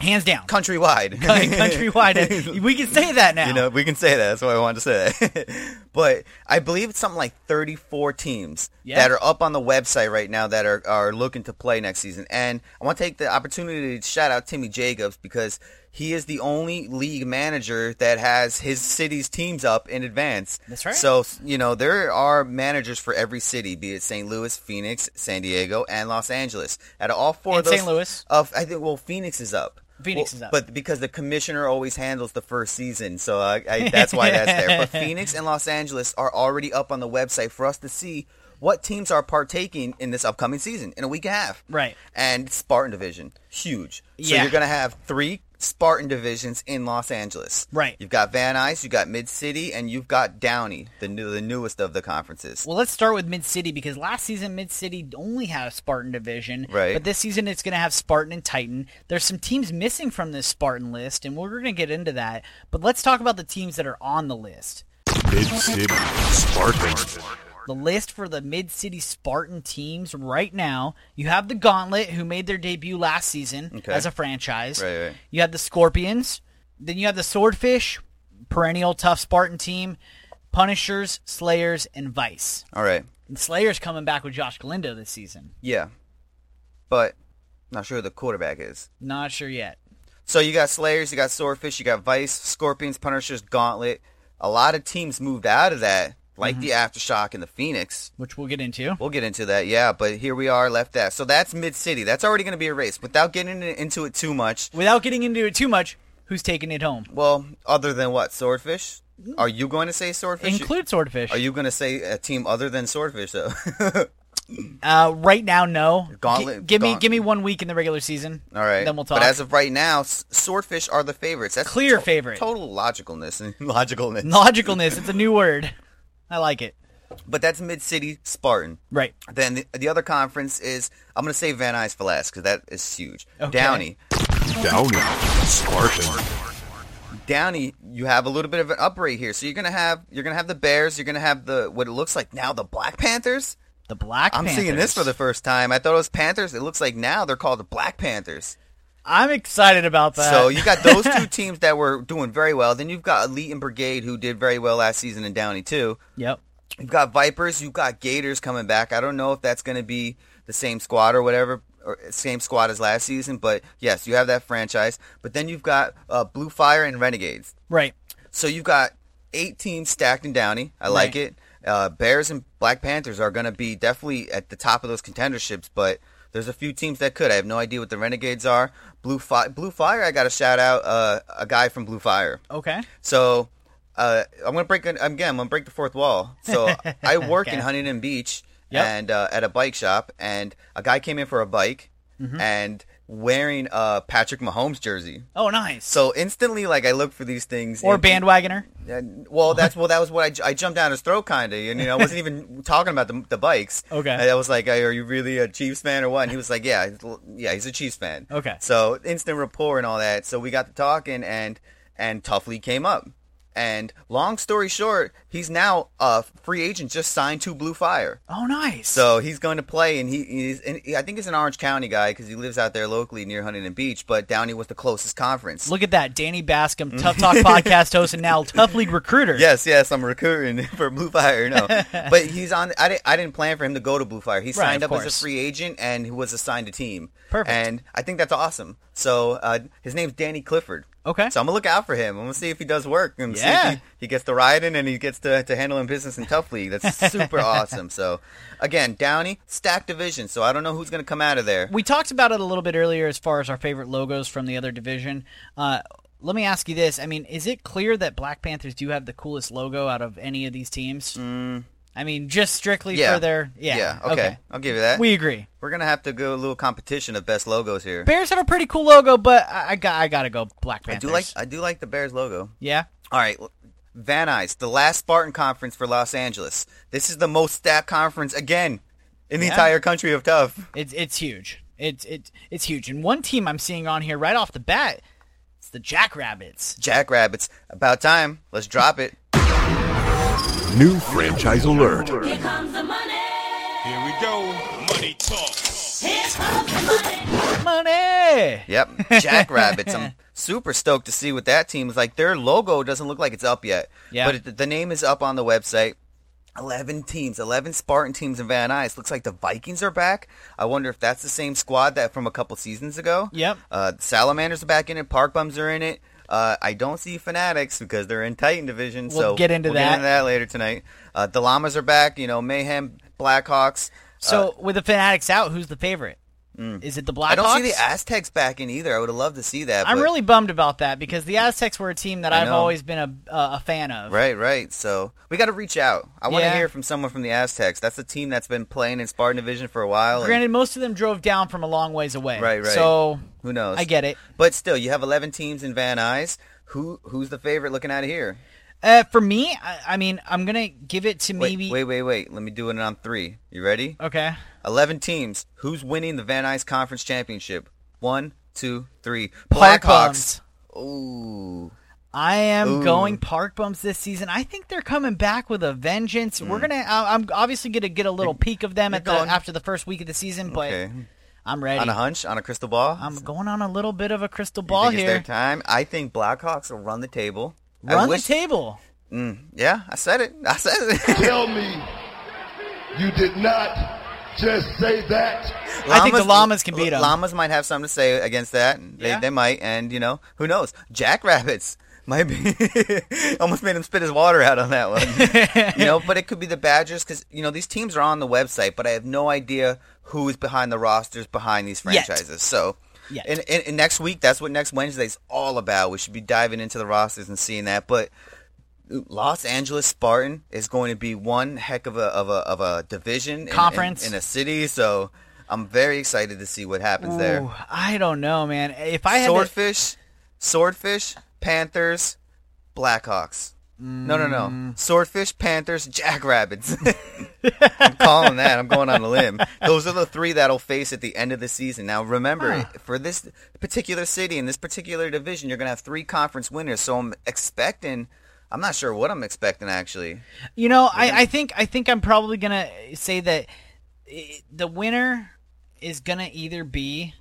Speaker 2: Hands down.
Speaker 3: countrywide.
Speaker 2: Countrywide. we can say that now.
Speaker 3: You know, we can say that. That's why I wanted to say that. but I believe it's something like 34 teams
Speaker 2: Yeah.
Speaker 3: that are up on the website right now that are, are looking to play next season. And I want to take the opportunity to shout out Timmy Jacobs because he is the only league manager that has his city's teams up in advance.
Speaker 2: That's right.
Speaker 3: So, you know, there are managers for every city, be it St. Louis, Phoenix, San Diego, and Los Angeles. Out of all
Speaker 2: And
Speaker 3: four of those.
Speaker 2: St. Louis.
Speaker 3: Of, I think, well, Phoenix is up.
Speaker 2: Phoenix
Speaker 3: Well,
Speaker 2: is up.
Speaker 3: But because the commissioner always handles the first season, so I, I, that's why that's there. But Phoenix and Los Angeles are already up on the website for us to see what teams are partaking in this upcoming season in a week and a half.
Speaker 2: Right.
Speaker 3: And Spartan Division, huge. So
Speaker 2: Yeah.
Speaker 3: you're going to have three Spartan divisions in Los Angeles.
Speaker 2: Right.
Speaker 3: You've got Van Nuys, you've got Mid City, and you've got Downey, the new, the newest of the conferences.
Speaker 2: Well, let's start with Mid City because last season Mid City only had a Spartan division,
Speaker 3: Right.
Speaker 2: But this season it's going to have Spartan and Titan. There's some teams missing from this Spartan list, and we're going to get into that. But let's talk about the teams that are on the list.
Speaker 1: Mid City Spartan.
Speaker 2: The list for the Mid City Spartan teams right now. You have the Gauntlet, who made their debut last season
Speaker 3: Okay.
Speaker 2: as a franchise.
Speaker 3: Right, right.
Speaker 2: You have the Scorpions. Then you have the Swordfish. perennial tough Spartan team: Punishers, Slayers, and Vice.
Speaker 3: All right.
Speaker 2: And Slayer's coming back with Josh Galindo this season.
Speaker 3: Yeah. But not sure who the quarterback is.
Speaker 2: Not sure yet.
Speaker 3: So you got Slayers, you got Swordfish, you got Vice, Scorpions, Punishers, Gauntlet. A lot of teams moved out of that, like the
Speaker 2: Mm-hmm.
Speaker 3: Aftershock and the Phoenix.
Speaker 2: Which we'll get into.
Speaker 3: We'll get into that, yeah. But here we are, left that. So that's Mid City. That's already going to be a race. Without getting in- into it too much,
Speaker 2: Without getting into it too much, who's taking it home?
Speaker 3: well, other than what swordfish? Are you going to say swordfish?
Speaker 2: Include Swordfish.
Speaker 3: Are you going to say a team other than swordfish though?
Speaker 2: Uh, right now, no.
Speaker 3: Gauntlet-
Speaker 2: G- give me
Speaker 3: gaunt-
Speaker 2: give me one week in the regular season.
Speaker 3: All right.
Speaker 2: Then we'll talk.
Speaker 3: But as of right now, s- swordfish are the favorites. That's
Speaker 2: Clear
Speaker 3: to-
Speaker 2: favorite.
Speaker 3: Total logicalness and logicalness.
Speaker 2: Logicalness. It's a new word. I like it.
Speaker 3: But that's Mid City Spartan.
Speaker 2: Right.
Speaker 3: Then the, the other conference is I'm going to say Van Nuys for last because that is huge.
Speaker 2: Okay.
Speaker 3: Downey.
Speaker 1: Downey. Spartan.
Speaker 3: Downey, you have a little bit of an uprate here. So you're gonna have you're gonna have the Bears. You're gonna have the what it looks like now the Black Panthers.
Speaker 2: The Black
Speaker 3: I'm seeing this for the first time. I thought it was Panthers. It looks like now they're called the Black Panthers.
Speaker 2: I'm excited about that.
Speaker 3: So you got those two teams that were doing very well. Then you've got Elite and Brigade who did very well last season and Downey too.
Speaker 2: Yep.
Speaker 3: You've got Vipers. You've got Gators coming back. I don't know if that's going to be the same squad or whatever, or same squad as last season. But yes, you have that franchise. But then you've got uh, Blue Fire and Renegades.
Speaker 2: Right.
Speaker 3: So you've got eight teams stacked in Downey. I like
Speaker 2: Right.
Speaker 3: it. Uh, Bears and Black Panthers are going to be definitely at the top of those contenderships, but there's a few teams that could. I have no idea what the Renegades are. Blue Fi- Blue Fire. I got to shout out uh, a guy from Blue Fire.
Speaker 2: Okay.
Speaker 3: So uh, I'm gonna break an- again. I'm gonna break the fourth wall. So I work in
Speaker 2: Okay.
Speaker 3: Huntington Beach
Speaker 2: Yep.
Speaker 3: and uh, at a bike shop, and a guy came in for a bike
Speaker 2: Mm-hmm.
Speaker 3: and wearing a Patrick Mahomes jersey.
Speaker 2: Oh, nice.
Speaker 3: So instantly, like I look for these things.
Speaker 2: or
Speaker 3: and-
Speaker 2: bandwagoner.
Speaker 3: and- well, that's well, that was what I, ju- I jumped down his throat, kind of. And you know, I wasn't even talking about the, the bikes.
Speaker 2: Okay.
Speaker 3: And I was like, "Hey, "Are you really a Chiefs fan or what?" And he was like, "Yeah, he's- yeah, he's a Chiefs fan."
Speaker 2: Okay.
Speaker 3: So instant rapport and all that. So we got to talking, and and Tuffley came up. And long story short, he's now a free agent, just signed to Blue Fire.
Speaker 2: Oh, nice.
Speaker 3: So he's going to play, and he he's, and he- I think he's an Orange County guy because he lives out there locally near Huntington Beach. But Downey was the closest conference.
Speaker 2: look at that, Danny Bascom, Tough Talk podcast host, and now Tough League recruiter.
Speaker 3: Yes, yes, I'm recruiting for Blue Fire. No, but he's on. I didn't. I didn't plan for him to go to Blue Fire. He
Speaker 2: Right,
Speaker 3: signed
Speaker 2: of
Speaker 3: up as
Speaker 2: course.
Speaker 3: a free agent and he was assigned a team.
Speaker 2: Perfect.
Speaker 3: And I think that's awesome. So uh, his name's Danny Clifford.
Speaker 2: Okay.
Speaker 3: So I'm gonna look out for him. I'm gonna see if he does work. And See
Speaker 2: Yeah.
Speaker 3: if he, he gets to riding and he gets to, to handling business in Tough League. That's super awesome. So again, Downey stacked division. So I don't know who's gonna come out of there.
Speaker 2: We talked about it a little bit earlier as far as our favorite logos from the other division. Uh, let me ask you this: I mean, is it clear that Black Panthers do have the coolest logo out of any of these teams? I mean, just strictly
Speaker 3: Mm. Yeah.
Speaker 2: for their yeah.
Speaker 3: okay. I'll give you that.
Speaker 2: we agree.
Speaker 3: We're gonna have to go a little competition of best logos here.
Speaker 2: Bears have a pretty cool logo, but I, I got I gotta go Black
Speaker 3: I
Speaker 2: Panthers.
Speaker 3: do like I do like the Bears logo.
Speaker 2: yeah.
Speaker 3: All right, Van Nuys, the last Spartan conference for Los Angeles. This is the most stacked conference again in the
Speaker 2: Yeah.
Speaker 3: entire country of tough.
Speaker 2: It's it's huge. It's it's it's huge. And one team I'm seeing on here right off the bat, it's the Jackrabbits.
Speaker 3: Jackrabbits, about time. Let's drop it.
Speaker 1: New franchise alert.
Speaker 6: Here comes the money.
Speaker 7: Here we go. Money talk.
Speaker 6: Here comes the money.
Speaker 2: Money.
Speaker 3: Yep, Jackrabbits. I'm super stoked to see what that team is like. Their logo doesn't look like it's up yet,
Speaker 2: Yeah.
Speaker 3: but it, the name is up on the website. 11 teams, 11 Spartan teams in Van Nuys. Looks like the Vikings are back. I wonder if that's the same squad that from a couple seasons ago.
Speaker 2: Yep.
Speaker 3: Uh, Salamanders are back in it. Park Bums are in it. Uh, I don't see Fanatics because they're in Titan Division.
Speaker 2: We'll
Speaker 3: so
Speaker 2: get into
Speaker 3: we'll Get
Speaker 2: that.
Speaker 3: into that later tonight. Uh, the Llamas are back. You know, Mayhem, Blackhawks. Uh,
Speaker 2: So with the Fanatics out, who's the favorite? Is it the Blackhawks?
Speaker 3: mm. I don't see the Aztecs back in either. I would have loved to see that.
Speaker 2: I'm
Speaker 3: but-
Speaker 2: really bummed about that because the Aztecs were a team that
Speaker 3: I
Speaker 2: I've
Speaker 3: know.
Speaker 2: always been a uh, a fan of.
Speaker 3: Right, right. So we got to reach out. I want to
Speaker 2: Yeah.
Speaker 3: hear from someone from the Aztecs. That's a team that's been playing in Spartan Division for a while. and
Speaker 2: Granted, most of them drove down from a long ways away.
Speaker 3: Right, right.
Speaker 2: So
Speaker 3: who knows?
Speaker 2: I get it.
Speaker 3: But still, you have 11 teams in Van Nuys. Who who's the favorite looking out of here?
Speaker 2: uh, for me, I, I mean, I'm gonna give it to
Speaker 3: Wait,
Speaker 2: maybe.
Speaker 3: wait, wait, wait. Let me do it on three. You ready?
Speaker 2: Okay.
Speaker 3: 11 teams. Who's winning the Van Nuys Conference Championship? One, two, three.
Speaker 2: Park
Speaker 3: Blackhawks.
Speaker 2: Bums.
Speaker 3: Ooh.
Speaker 2: I am
Speaker 3: Ooh.
Speaker 2: going park bumps this season. I think they're coming back with a vengeance. We're gonna. I, I'm obviously gonna get a little peek of them at the,
Speaker 3: Mm. going-
Speaker 2: after the first week of the season, but
Speaker 3: Okay.
Speaker 2: I'm ready.
Speaker 3: On a hunch, on a crystal ball.
Speaker 2: I'm going on a little bit of a crystal
Speaker 3: You
Speaker 2: ball
Speaker 3: think it's
Speaker 2: here.
Speaker 3: their time. I think Blackhawks will run the table. I
Speaker 2: Run
Speaker 3: wish-
Speaker 2: the table.
Speaker 3: Yeah, I said it. I said it.
Speaker 8: Tell me you did not just say that.
Speaker 2: I think the llamas can beat 'em.
Speaker 3: Llamas might have something to say against that. They,
Speaker 2: Yeah.
Speaker 3: they might, and you know, who knows? Jackrabbits might be. Almost made him spit his water out on that one. you know, but it could be the Badgers because you know these teams are on the website, but I have no idea who is behind the rosters behind these
Speaker 2: Yet.
Speaker 3: franchises. So.
Speaker 2: Yet.
Speaker 3: And, and, and next week, that's what next Wednesday's all about. We should be diving into the rosters and seeing that. But Los Angeles Spartan is going to be one heck of a of a of a division in-
Speaker 2: Conference.
Speaker 3: in, in a city. So I'm very excited to see what happens
Speaker 2: Ooh,
Speaker 3: there.
Speaker 2: I don't know, man. If I had to-
Speaker 3: Swordfish, Swordfish, Panthers, Blackhawks. No, no, no. Swordfish, Panthers, Jackrabbits. I'm calling that. I'm going on a limb. Those are the three that'll face at the end of the season. Now, remember, for this particular city in this particular division, you're going to have three conference winners. So I'm expecting. I'm not sure what I'm expecting actually.
Speaker 2: You know, I, I think I think I'm probably gonna say that i- the winner is gonna either be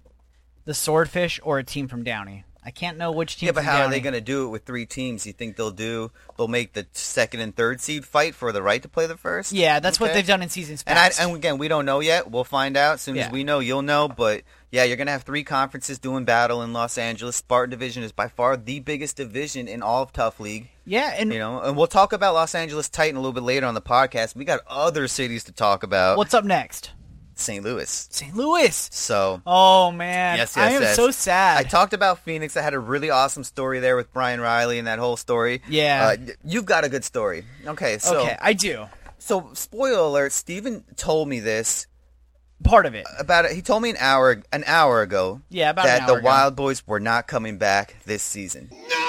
Speaker 2: the Swordfish or a team from Downey. I can't know which team.
Speaker 3: Yeah, but
Speaker 2: from
Speaker 3: how are they
Speaker 2: Downey.
Speaker 3: going to do it with three teams? You think they'll do? They'll make the second and third seed fight for the right to play the first.
Speaker 2: Yeah, that's what
Speaker 3: Okay.
Speaker 2: they've done in seasons
Speaker 3: And I,
Speaker 2: past.
Speaker 3: and again, we don't know yet. We'll find out as soon
Speaker 2: Yeah.
Speaker 3: as we know. You'll know, but yeah, you're gonna have three conferences doing battle in Los Angeles. Spartan Division is by far the biggest division in all of Tough League.
Speaker 2: yeah, and
Speaker 3: You know, and we'll talk about Los Angeles Titan a little bit later on the podcast. We got other cities to talk about.
Speaker 2: what's up next?
Speaker 3: St. Louis?
Speaker 2: St. Louis.
Speaker 3: So
Speaker 2: Oh man,
Speaker 3: Yes,
Speaker 2: I
Speaker 3: yes,
Speaker 2: am
Speaker 3: yes.
Speaker 2: so sad.
Speaker 3: I talked about Phoenix. I had a really awesome story there with Brian Riley and that whole story.
Speaker 2: Yeah.
Speaker 3: Uh, y- you've got a good story. Okay, so
Speaker 2: okay, I do
Speaker 3: so spoiler alert. Steven told me this
Speaker 2: part of it.
Speaker 3: about he told me an hour an hour ago.
Speaker 2: Yeah, about an
Speaker 3: that
Speaker 2: hour
Speaker 3: the
Speaker 2: ago.
Speaker 3: Wild Boys were not coming back this season.
Speaker 7: No!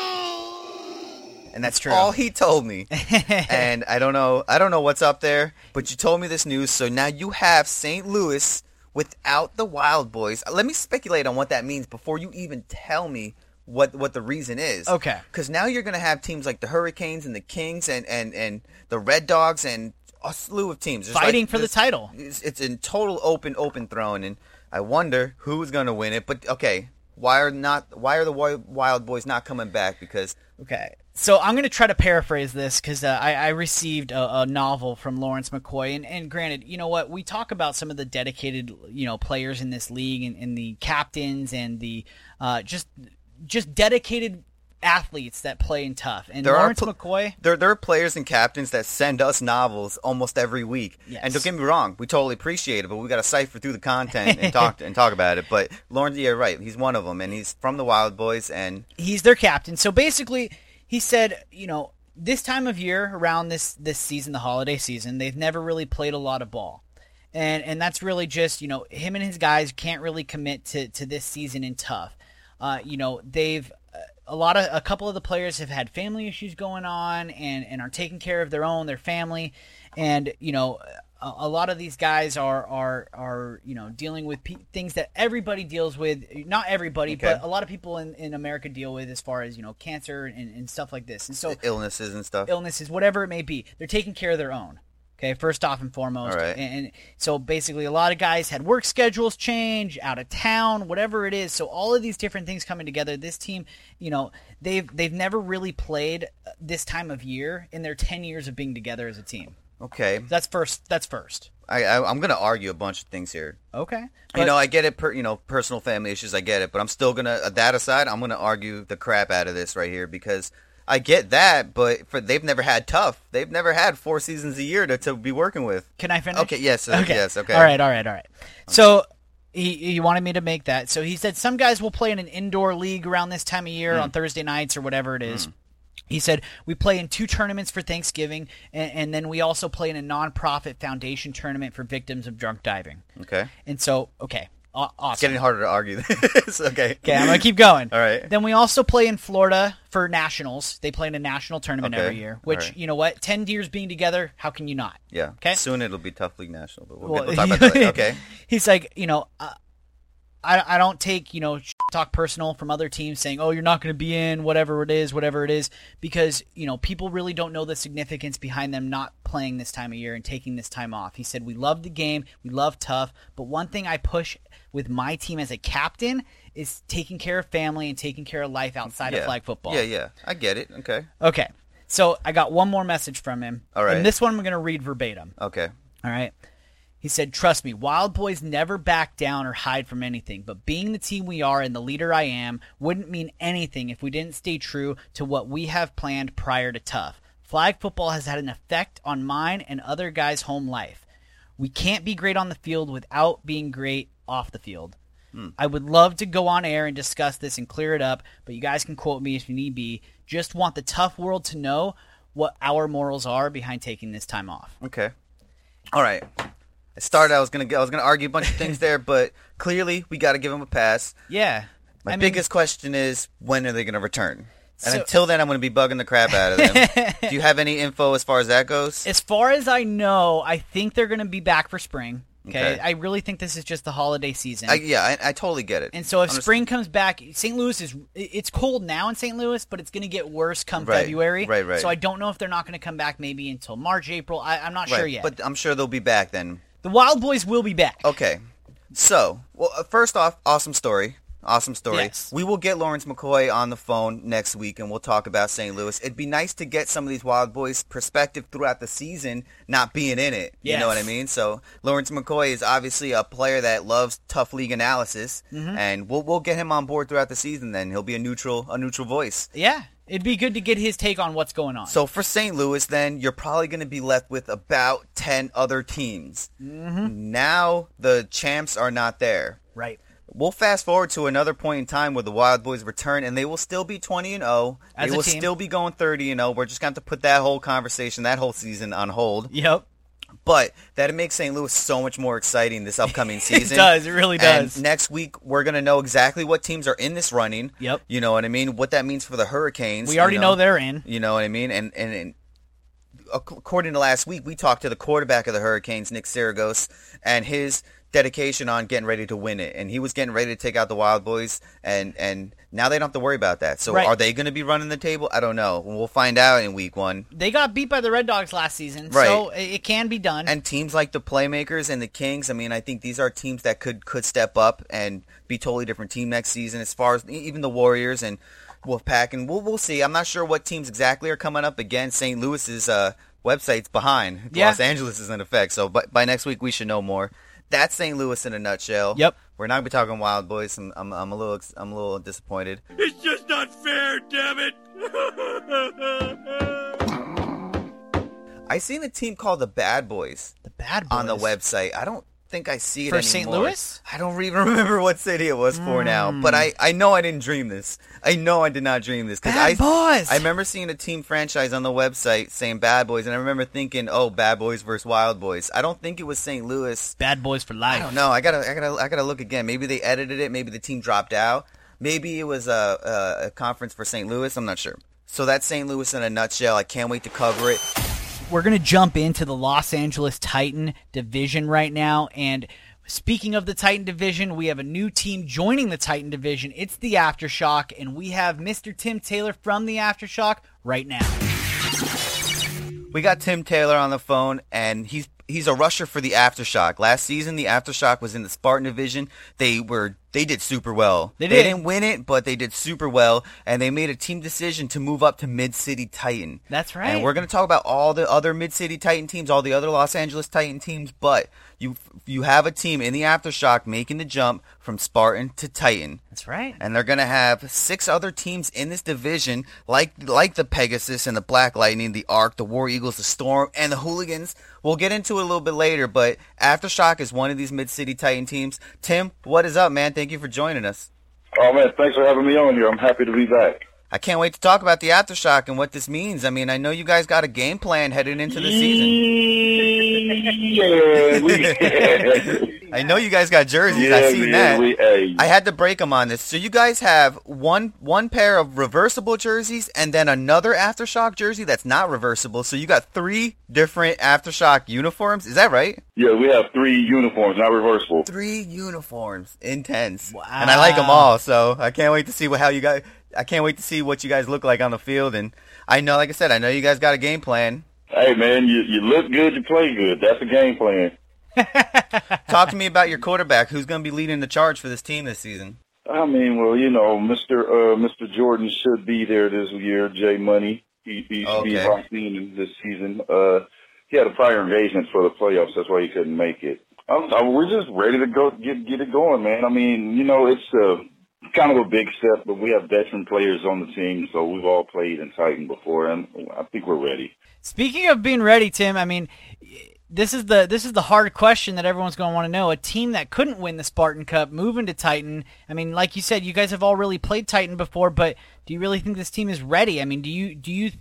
Speaker 7: No!
Speaker 3: and that's
Speaker 2: true.
Speaker 3: all he told me. and I don't know, I don't know what's up there, but you told me this news, so now you have St. Louis without the Wild Boys. Let me speculate on what that means before you even tell me what what the reason is.
Speaker 2: Okay.
Speaker 3: because now you're going to have teams like the Hurricanes and the Kings and and and the Red Dogs and a slew of teams There's
Speaker 2: Fighting
Speaker 3: like-
Speaker 2: for the
Speaker 3: there's-
Speaker 2: title.
Speaker 3: It's, it's in total open open throne, and I wonder who's going to win it. But okay. Why are not? Why are the Wi- Wild Boys not coming back? Because
Speaker 2: Okay. So I'm going to try to paraphrase this because uh, I, I received a, a novel from Lawrence McCoy, and, and granted, you know what we talk about some of the dedicated, you know, players in this league, and, and the captains, and the uh, just just dedicated athletes that play in tough. And
Speaker 3: There are
Speaker 2: Lawrence
Speaker 3: pl-
Speaker 2: McCoy,
Speaker 3: there, there are players and captains that send us novels almost every week.
Speaker 2: Yes.
Speaker 3: And don't get me wrong, we totally appreciate it, but we got to cipher through the content and talk and talk about it. But Lawrence, yeah, right, he's one of them, and he's from the Wild Boys, and
Speaker 2: he's their captain. So basically, he said, you know, this time of year around this this season, the holiday season, they've never really played a lot of ball. And and that's really just, you know, him and his guys can't really commit to to this season in tough. Uh, you know, they've uh, a lot of a couple of the players have had family issues going on and and are taking care of their own, their family, and you know, a, a lot of these guys are are are you know dealing with pe- things that everybody deals with. Not everybody,
Speaker 3: Okay.
Speaker 2: but a lot of people in, in America deal with as far as you know cancer and, and stuff like this. And so
Speaker 3: illnesses and stuff.
Speaker 2: illnesses, whatever it may be, they're taking care of their own. Okay, first off and foremost,
Speaker 3: All right.
Speaker 2: and, and so basically, a lot of guys had work schedules change, out of town, whatever it is. So all of these different things coming together, this team, you know, they've they've never really played uh, this time of year in their ten years of being together as a team.
Speaker 3: okay,
Speaker 2: That's first. That's first.
Speaker 3: I, I, I'm going to argue a bunch of things here.
Speaker 2: Okay,
Speaker 3: you
Speaker 2: But-
Speaker 3: know, I get it. Per, you know, personal family issues, I get it. But I'm still gonna. uh, That aside, I'm gonna argue the crap out of this right here because I get that. But for they've never had tough. They've never had four seasons a year to, to be working with.
Speaker 2: Can I finish?
Speaker 3: Okay, yes, uh, yes, okay.
Speaker 2: All right, all right, all right. So he, he wanted me to make that. So he said some guys will play in an indoor league around this time of year
Speaker 3: Hmm.
Speaker 2: on Thursday nights or whatever it is. He said we play in two tournaments for Thanksgiving, and, and then we also play in a nonprofit foundation tournament for victims of drunk diving.
Speaker 3: Okay,
Speaker 2: And so, okay, aw-
Speaker 3: it's
Speaker 2: awesome.
Speaker 3: getting harder to argue this. okay.
Speaker 2: Okay, I'm gonna keep going.
Speaker 3: All right.
Speaker 2: Then we also play in Florida for nationals. They play in a national tournament
Speaker 3: Okay,
Speaker 2: every year.
Speaker 3: all
Speaker 2: Which
Speaker 3: right.
Speaker 2: you know what? Ten years being together, how can you not?
Speaker 3: Yeah.
Speaker 2: Okay.
Speaker 3: Soon it'll be Tough League National, but we'll,
Speaker 2: Well,
Speaker 3: get, we'll talk about that later. Okay.
Speaker 2: He's like, you know, uh, I, I don't take you know sh- talk personal from other teams saying oh you're not going to be in whatever it is whatever it is because you know people really don't know the significance behind them not playing this time of year and taking this time off he said we love the game we love tough but one thing i push with my team as a captain is taking care of family and taking care of life outside of
Speaker 3: yeah.
Speaker 2: flag football
Speaker 3: Yeah, yeah. I get it. Okay.
Speaker 2: okay so i got one more message from him
Speaker 3: All right.
Speaker 2: and this one i'm going to read verbatim
Speaker 3: Okay.
Speaker 2: all right. He said, Trust me, Wild Boys never back down or hide from anything, but being the team we are and the leader I am wouldn't mean anything if we didn't stay true to what we have planned prior to Tough. Flag football has had an effect on mine and other guys' home life. We can't be great on the field without being great off the field. I would love to go on air and discuss this and clear it up, but you guys can quote me if you need be. Just want the tough world to know what our morals are behind taking this time off.
Speaker 3: Okay. All right. I started. I was gonna. I was gonna argue a bunch of things there, but clearly we got to give him a pass.
Speaker 2: Yeah.
Speaker 3: My
Speaker 2: I mean-
Speaker 3: biggest question is when are they gonna return? And
Speaker 2: So-
Speaker 3: until then, I'm gonna be bugging the crap out of them. Do you have any info as far as that goes?
Speaker 2: As far as I know, I think they're going to be back for spring. Okay?
Speaker 3: Okay.
Speaker 2: I really think this is just the holiday season.
Speaker 3: I, yeah, I, I totally get it.
Speaker 2: and so if
Speaker 3: I'm just-
Speaker 2: spring comes back, St. Louis is it- it's cold now in St. Louis, but it's going to get worse come
Speaker 3: Right,
Speaker 2: February.
Speaker 3: right, right.
Speaker 2: So I don't know if they're not going to come back maybe until March, April. I, I'm not
Speaker 3: right,
Speaker 2: sure yet.
Speaker 3: but Oh. I'm sure they'll be back then.
Speaker 2: the Wild Boys will be back.
Speaker 3: Okay. So, well, uh, first off, awesome story. Awesome story.
Speaker 2: Yes.
Speaker 3: We will get Lawrence McCoy on the phone next week and we'll talk about St. Louis. It'd be nice to get some of these Wild Boys perspective throughout the season, not being in it. You know what I
Speaker 2: Yes.
Speaker 3: mean? So, Lawrence McCoy is obviously a player that loves tough league analysis
Speaker 2: Mm-hmm.
Speaker 3: and we'll we'll get him on board throughout the season then. He'll be a neutral a neutral voice.
Speaker 2: Yeah. It'd be good to get his take on what's going on.
Speaker 3: So for St. Louis, then you're probably going to be left with about ten other teams. Mm-hmm. Now the champs are not there.
Speaker 2: right.
Speaker 3: We'll fast forward to another point in time where the Wild Boys return, and they will still be 20 and 0.
Speaker 2: As
Speaker 3: they
Speaker 2: a
Speaker 3: will
Speaker 2: team.
Speaker 3: still be going 30 and 0. We're just going to have to put that whole conversation, that whole season, on hold.
Speaker 2: Yep.
Speaker 3: But that makes St. Louis so much more exciting this upcoming season.
Speaker 2: does, it really
Speaker 3: And
Speaker 2: does.
Speaker 3: next week we're going to know exactly what teams are in this running.
Speaker 2: Yep.
Speaker 3: You know what I mean? What that means for the Hurricanes.
Speaker 2: We
Speaker 3: you
Speaker 2: already know they're in.
Speaker 3: You know what I mean? And and. and ac- According to last week, we talked to the quarterback of the Hurricanes, Nick Syragos, and his dedication on getting ready to win it. And he was getting ready to take out the Wild Boys, and and now they don't have to worry about that. So
Speaker 2: Right.
Speaker 3: are they going to be running the table? I don't know. We'll find out in week one.
Speaker 2: They got beat by the Red Dogs last season, so
Speaker 3: Right.
Speaker 2: it it can be done.
Speaker 3: and teams like the playmakers and the kings i mean i think these are teams that could could step up and be totally different team next season as far as e- even the warriors and wolfpack and we'll, we'll see i'm not sure what teams exactly are coming up again st louis's uh, website's behind
Speaker 2: Yeah.
Speaker 3: los angeles is in effect so by, by next week we should know more that's st louis in a nutshell
Speaker 2: Yep.
Speaker 3: we're not gonna be talking wild boys i'm, I'm, I'm a little ex- i'm a little disappointed
Speaker 7: It's just not fair, damn it!
Speaker 3: i seen a team called the bad boys
Speaker 2: the bad boys
Speaker 3: on the website. I don't think I see it
Speaker 2: For
Speaker 3: anymore.
Speaker 2: St. Louis? Hmm.
Speaker 3: I don't even remember what city it was for now, but I, I know I didn't dream this. I know I did not dream this because I
Speaker 2: Bad Boys!
Speaker 3: I remember seeing a team franchise on the website saying Bad Boys, and I remember thinking, oh, Bad Boys versus Wild Boys. I don't think it was St. Louis.
Speaker 2: Bad boys for life.
Speaker 3: I don't know. I gotta I gotta I gotta look again. Maybe they edited it. Maybe the team dropped out. Maybe it was a, a, a conference for St. Louis. I'm not sure. So that's St. Louis in a nutshell. I can't wait to cover it.
Speaker 2: we're going to jump into the Los Angeles Titan division right now. And speaking of the Titan division, we have a new team joining the Titan division. It's the Aftershock, and we have Mr. Tim Taylor from the Aftershock right now.
Speaker 3: We got Tim Taylor on the phone, and he's he's a rusher for the Aftershock. Last season, the Aftershock was in the Spartan division. They were they did super well.
Speaker 2: They
Speaker 3: they
Speaker 2: did.
Speaker 3: didn't win it, but they did super well, and they made a team decision to move up to Mid City Titan.
Speaker 2: That's right.
Speaker 3: And we're gonna talk about all the other Mid City Titan teams, all the other Los Angeles Titan teams, but you you have a team in the Aftershock making the jump from Spartan to Titan
Speaker 2: That's right.
Speaker 3: and they're going to have six other teams in this division, like like the Pegasus and the Black Lightning, the Arc, the War Eagles, the Storm, and the Hooligans. We'll get into it a little bit later, but Aftershock is one of these Mid City Titan teams. Tim, what is up, man? Thank you for joining us.
Speaker 9: Oh man, thanks for having me on here. I'm happy to be back.
Speaker 3: I can't wait to talk about the aftershock and what this means. I mean, I know you guys got a game plan headed into the season.
Speaker 9: Yeah, we,
Speaker 3: I know you guys got jerseys. I
Speaker 9: yeah,
Speaker 3: seen
Speaker 9: man,
Speaker 3: that.
Speaker 9: we- hey,
Speaker 3: I had to break them on this. So you guys have one one pair of reversible jerseys and then another aftershock jersey that's not reversible. So you got three different aftershock uniforms. Is that right?
Speaker 9: yeah, we have three uniforms, not reversible.
Speaker 3: Three uniforms. Intense. And I like them all. So I can't wait to see what how you guys. I can't wait to see what you guys look like on the field. And I know, like I said, I know you guys got a game plan.
Speaker 9: Hey, man, you, you look good, you play good. That's the game plan.
Speaker 3: Talk to me about your quarterback. Who's going to be leading the charge for this team this season?
Speaker 9: I mean, well, you know, Mister uh, Mister Jordan should be there this year. Jay Money, he, he should be
Speaker 3: Okay.
Speaker 9: locked in this season. Uh, he had a prior engagement for the playoffs, that's why he couldn't make it. I'm, I, we're just ready to go get get it going, man. I mean, you know, it's uh, kind of a big step, but we have veteran players on the team, so we've all played in Titan before, and I think we're ready.
Speaker 2: Speaking of being ready, Tim, I mean, this is the this is the hard question that everyone's going to want to know. A team that couldn't win the Spartan Cup moving to Titan. I mean, like you said, you guys have all really played Titan before, but do you really think this team is ready? I mean, do you do you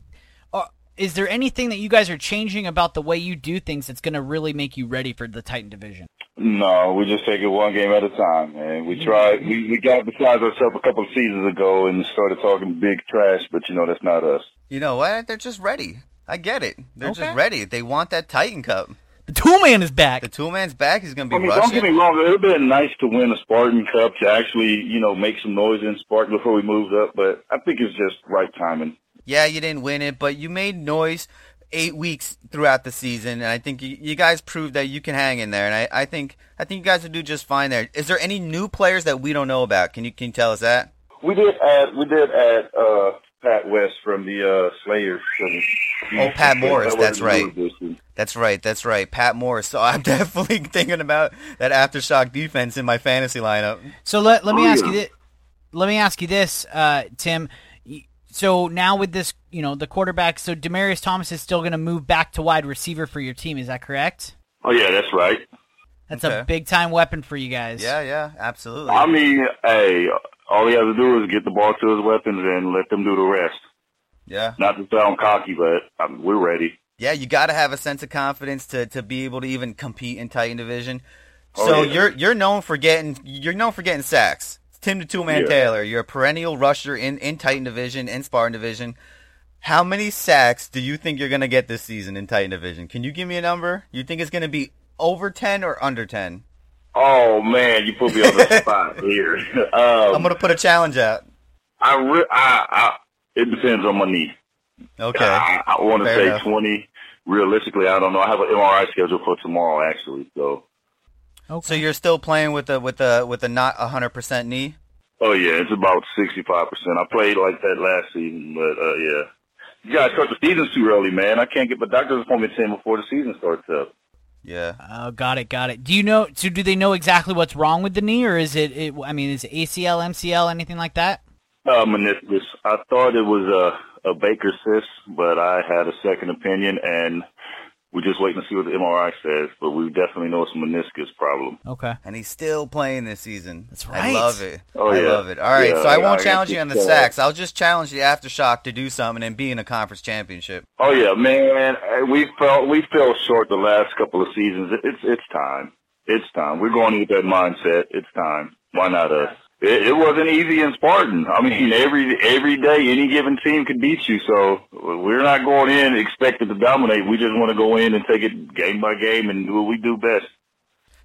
Speaker 2: are, is there anything that you guys are changing about the way you do things that's going to really make you ready for the Titan division?
Speaker 9: No, we just take it one game at a time, man. We tried, we, we got besides ourselves a couple of seasons ago and started talking big trash, but you know, that's not us.
Speaker 3: You know what? They're just ready. I get it. They're
Speaker 2: Okay.
Speaker 3: just ready. They want that Titan Cup.
Speaker 2: The Tool Man is back.
Speaker 3: The two man's back. He's going to be
Speaker 9: I mean, don't
Speaker 3: rushing.
Speaker 9: get me wrong. It would have been nice to win a Spartan Cup to actually, you know, make some noise in Spartan before we moved up. But I think it's just right timing.
Speaker 3: yeah, you didn't win it, but you made noise eight weeks throughout the season, and I think you, you guys proved that you can hang in there. And I, I think I think you guys will do just fine there. Is there any new players that we don't know about? Can you can you tell us that?
Speaker 9: We did add, we did add uh, Pat West from the uh, Slayers.
Speaker 3: Oh, Pat Morris,
Speaker 9: That
Speaker 3: that's right.
Speaker 9: wasn't new this year.
Speaker 3: That's right, that's right. Pat Morris. So I'm definitely thinking about that aftershock defense in my fantasy lineup.
Speaker 2: So let, let me
Speaker 9: Oh,
Speaker 2: ask
Speaker 9: yeah.
Speaker 2: you this. Let me ask you this, uh, Tim. Y- So now with this, you know, the quarterback. So Demarius Thomas is still going to move back to wide receiver for your team. Is that correct?
Speaker 9: Oh yeah, that's right.
Speaker 2: That's a
Speaker 3: Okay.
Speaker 2: big time weapon for you guys.
Speaker 3: Yeah, yeah, absolutely.
Speaker 9: I mean, hey, all he has to do is get the ball to his weapons and let them do the rest.
Speaker 3: yeah.
Speaker 9: Not to sound cocky, but I mean, we're ready.
Speaker 3: Yeah, you got to have a sense of confidence to, to be able to even compete in Titan Division.
Speaker 9: Oh,
Speaker 3: So
Speaker 9: yeah.
Speaker 3: you're you're known for getting you're known for getting sacks. It's Tim the Two Man
Speaker 9: Yeah.
Speaker 3: Taylor, you're a perennial rusher in, in Titan Division and Spartan Division. How many sacks do you think you're going to get this season in Titan Division? Can you give me a number? You think it's going to be over 10 or under 10?
Speaker 9: Oh man, you put me on the spot here. Um,
Speaker 3: I'm going to put a challenge out.
Speaker 9: I, re- I, I, it depends on my knee.
Speaker 3: Okay.
Speaker 9: I, I want to
Speaker 3: Fair
Speaker 9: say
Speaker 3: enough.
Speaker 9: 20. Realistically, I don't know. I have an MRI scheduled for tomorrow, actually. So,
Speaker 2: Okay.
Speaker 3: So you're still playing with a with a with a not 100% knee?
Speaker 9: oh yeah, it's about 65%. I played like that last season, but uh, yeah. You gotta start the season too early, man. I can't get my doctor's appointment in before the season starts up.
Speaker 3: Yeah.
Speaker 2: oh, got it, got it. Do you know? So do they know exactly what's wrong with the knee, or is it? it I mean, is it ACL, MCL, anything like that?
Speaker 9: Uh, meniscus. I thought it was a, a Baker cyst, but I had a second opinion, and we're just waiting to see what the MRI says. But we definitely know it's a meniscus problem.
Speaker 2: Okay.
Speaker 3: and he's still playing this season.
Speaker 2: That's
Speaker 3: I
Speaker 2: right.
Speaker 3: love it.
Speaker 9: Oh,
Speaker 3: I
Speaker 9: yeah.
Speaker 3: love it. All right,
Speaker 9: Yeah,
Speaker 3: so I
Speaker 9: yeah,
Speaker 3: won't
Speaker 9: I
Speaker 3: challenge
Speaker 9: get
Speaker 3: you on the
Speaker 9: you.
Speaker 3: sacks. I'll just challenge the aftershock to do something and be in a conference championship.
Speaker 9: Oh yeah, man. Uh, We fell we fell short the last couple of seasons. It- It's it's time. It's time. We're going in with that mindset. It's time. Why not us? It, it wasn't easy in Spartan. I mean, every every day, any given team could beat you. So we're not going in expected to dominate. We just want to go in and take it game by game and do what we do best.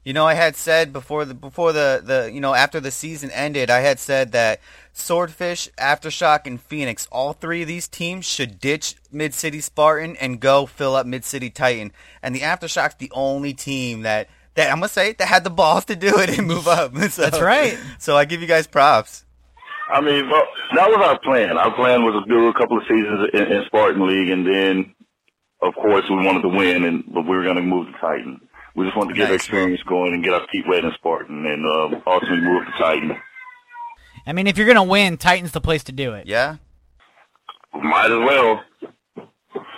Speaker 3: You know, I had said before the before the, the you know after the season ended, I had said that Swordfish, Aftershock, and Phoenix, all three of these teams should ditch Mid City Spartan and go fill up Mid City Titan. And the Aftershock's the only team that that I'm gonna say it, that had the balls to do it and move up. So-
Speaker 2: That's right.
Speaker 3: So I give you guys props.
Speaker 9: I mean, well, that was our plan. Our plan was to do a couple of seasons in, in Spartan League, and then, of course, we wanted to win, and but we were going to move to Titan. We just wanted to get our
Speaker 3: Nice.
Speaker 9: experience going and get our feet wet in Spartan, and um, ultimately move to Titan.
Speaker 2: I mean, if you're gonna win, Titan's the place to do it.
Speaker 3: Yeah.
Speaker 9: Might as well.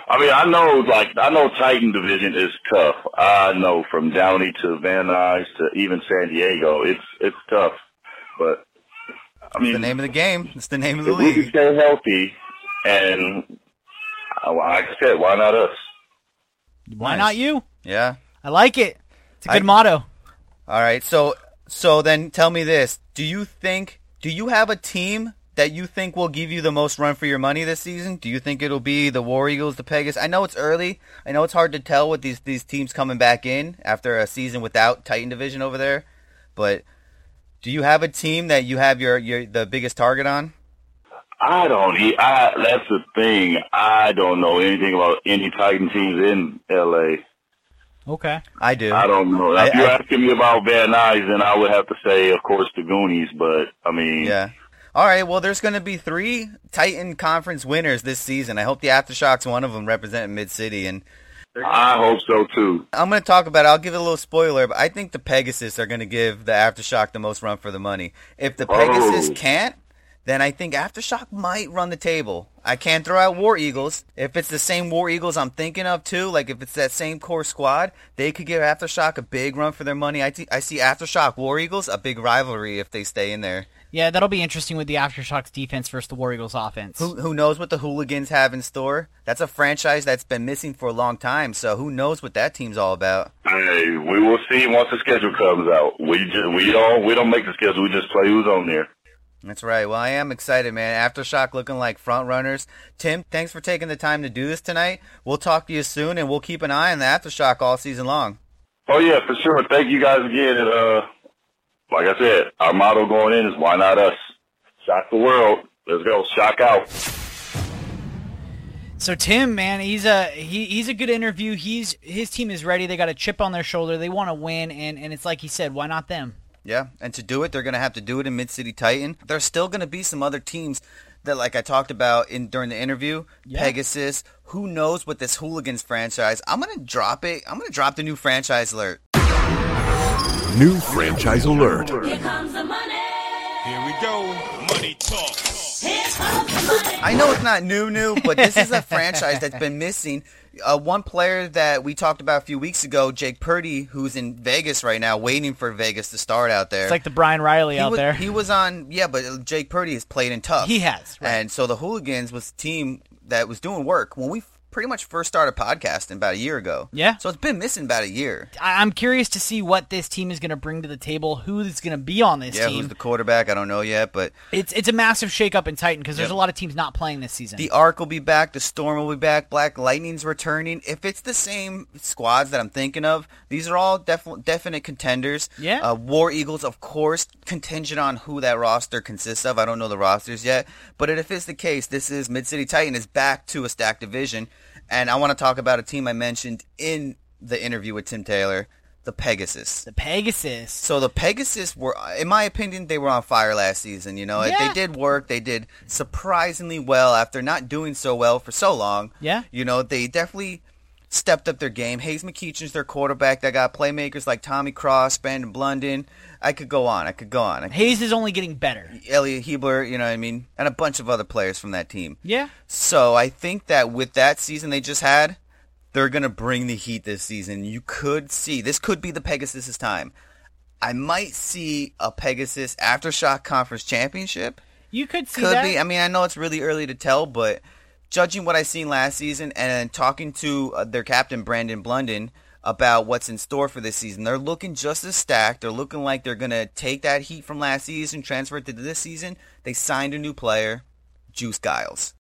Speaker 9: I mean, I know, like, I know Titan division is tough. I know from Downey to Van Nuys to even San Diego, it's it's tough. But I mean,
Speaker 3: the name of the game. It's the name of the
Speaker 9: if we can
Speaker 3: league.
Speaker 9: stay healthy, and uh, like I said, why not us?
Speaker 2: Why not you?
Speaker 3: Yeah.
Speaker 2: I like it. It's a good
Speaker 3: I-
Speaker 2: motto.
Speaker 3: All right. So so then tell me this. Do you think do you have a team that you think will give you the most run for your money this season? Do you think it'll be the War Eagles, the Pegasus? I know it's early. I know it's hard to tell with these these teams coming back in after a season without Titan Division over there, but do you have a team that you have your, your the biggest target on?
Speaker 9: I don't. e- I that's the thing. I don't know anything about any Titan teams in L.A.
Speaker 2: Okay.
Speaker 3: I do.
Speaker 9: I don't know.
Speaker 3: I-
Speaker 9: If you're
Speaker 3: I-
Speaker 9: asking me about Van Nuys, then I would have to say, of course, the Goonies. But I mean,
Speaker 3: Yeah. All right. Well, there's going to be three Titan Conference winners this season. I hope the Aftershocks, one of them, representing Mid City, and
Speaker 9: I hope so too.
Speaker 3: I'm going to talk about. it. I'll give it a little spoiler, but I think the Pegasus are going to give the Aftershock the most run for the money. If the Pegasus
Speaker 9: Oh.
Speaker 3: can't, then I think Aftershock might run the table. I can't throw out War Eagles. If it's the same War Eagles I'm thinking of too, like if it's that same core squad, they could give Aftershock a big run for their money. I thi- I see Aftershock War Eagles a big rivalry if they stay in there.
Speaker 2: Yeah, that'll be interesting with the Aftershocks defense versus the War Eagles offense.
Speaker 3: Who, who knows what the hooligans have in store? That's a franchise that's been missing for a long time, so who knows what that team's all about?
Speaker 9: Hey, we will see once the schedule comes out. We just we don't we don't make the schedule. We just play who's on there.
Speaker 3: That's right. Well, I am excited, man. Aftershock looking like front runners. Tim, thanks for taking the time to do this tonight. We'll talk to you soon, and we'll keep an eye on the Aftershock all season long.
Speaker 9: Oh yeah, for sure. Thank you guys again. And uh, like I said, our motto going in is why not us? Shock the world. Let's go. Shock out.
Speaker 2: So Tim, man, he's a he, he's a good interview. He's his team is ready. They got a chip on their shoulder. They want to win, and and it's like he said, why not them?
Speaker 3: Yeah, and to do it, they're going to have to do it in Mid City Titan. There's still going to be some other teams that, like I talked about in during the interview, Pegasus. Who knows what this hooligans franchise? I'm going to drop it. I'm going to drop the new franchise alert.
Speaker 10: New franchise alert.
Speaker 6: Here comes the money.
Speaker 7: Here we go. Money talk.
Speaker 6: Here comes the money.
Speaker 3: I know it's not new, new, but this is a franchise that's been missing. Uh, one player that we talked about a few weeks ago, Jake Purdy, who's in Vegas right now, waiting for Vegas to start out there.
Speaker 2: It's like the Brian Riley
Speaker 3: he
Speaker 2: out
Speaker 3: was,
Speaker 2: there.
Speaker 3: He was on, yeah, but Jake Purdy has played in tough.
Speaker 2: He has, right.
Speaker 3: And so the Hooligans was a team that was doing work when we pretty much first started podcasting about a year ago.
Speaker 2: Yeah.
Speaker 3: So it's been missing about a year.
Speaker 2: I, I'm curious to see what this team is going to bring to the table. Who's going to be on this
Speaker 3: Yeah,
Speaker 2: team?
Speaker 3: who's the quarterback? I don't know yet, but
Speaker 2: It's it's a massive shakeup in Titan because there's a lot of teams not playing this season.
Speaker 3: The Arc will be back. The Storm will be back. Black Lightning's returning. If it's the same squads that I'm thinking of, these are all def- definite contenders.
Speaker 2: Yeah.
Speaker 3: Uh, War Eagles, of course, contingent on who that roster consists of. I don't know the rosters yet, but if it's the case, this is Mid City Titan is back to a stacked division, and I want to talk about a team I mentioned in the interview with Tim Taylor, the Pegasus.
Speaker 2: the Pegasus.
Speaker 3: So the Pegasus were, in my opinion, they were on fire last season. You know,
Speaker 2: Yeah.
Speaker 3: they did work. They did surprisingly well after not doing so well for so long.
Speaker 2: Yeah.
Speaker 3: you know, they definitely stepped up their game. Hayes McEachin's their quarterback. They got playmakers like Tommy Cross, Brandon Blunden. I could go on. I could go on. I-
Speaker 2: Hayes is only getting better.
Speaker 3: Elliot Hebler, you know what I mean, and a bunch of other players from that team.
Speaker 2: Yeah.
Speaker 3: So I think that with that season they just had, they're going to bring the heat this season. You could see this could be the Pegasus' time. I might see a Pegasus aftershock conference championship.
Speaker 2: You could see
Speaker 3: Could
Speaker 2: that.
Speaker 3: be. I mean, I know it's really early to tell, but judging what I seen last season and talking to uh, their captain Brandon Blunden about what's in store for this season, they're looking just as stacked. They're looking like they're going to take that heat from last season, transfer it to this season. They signed a new player, Juice Giles.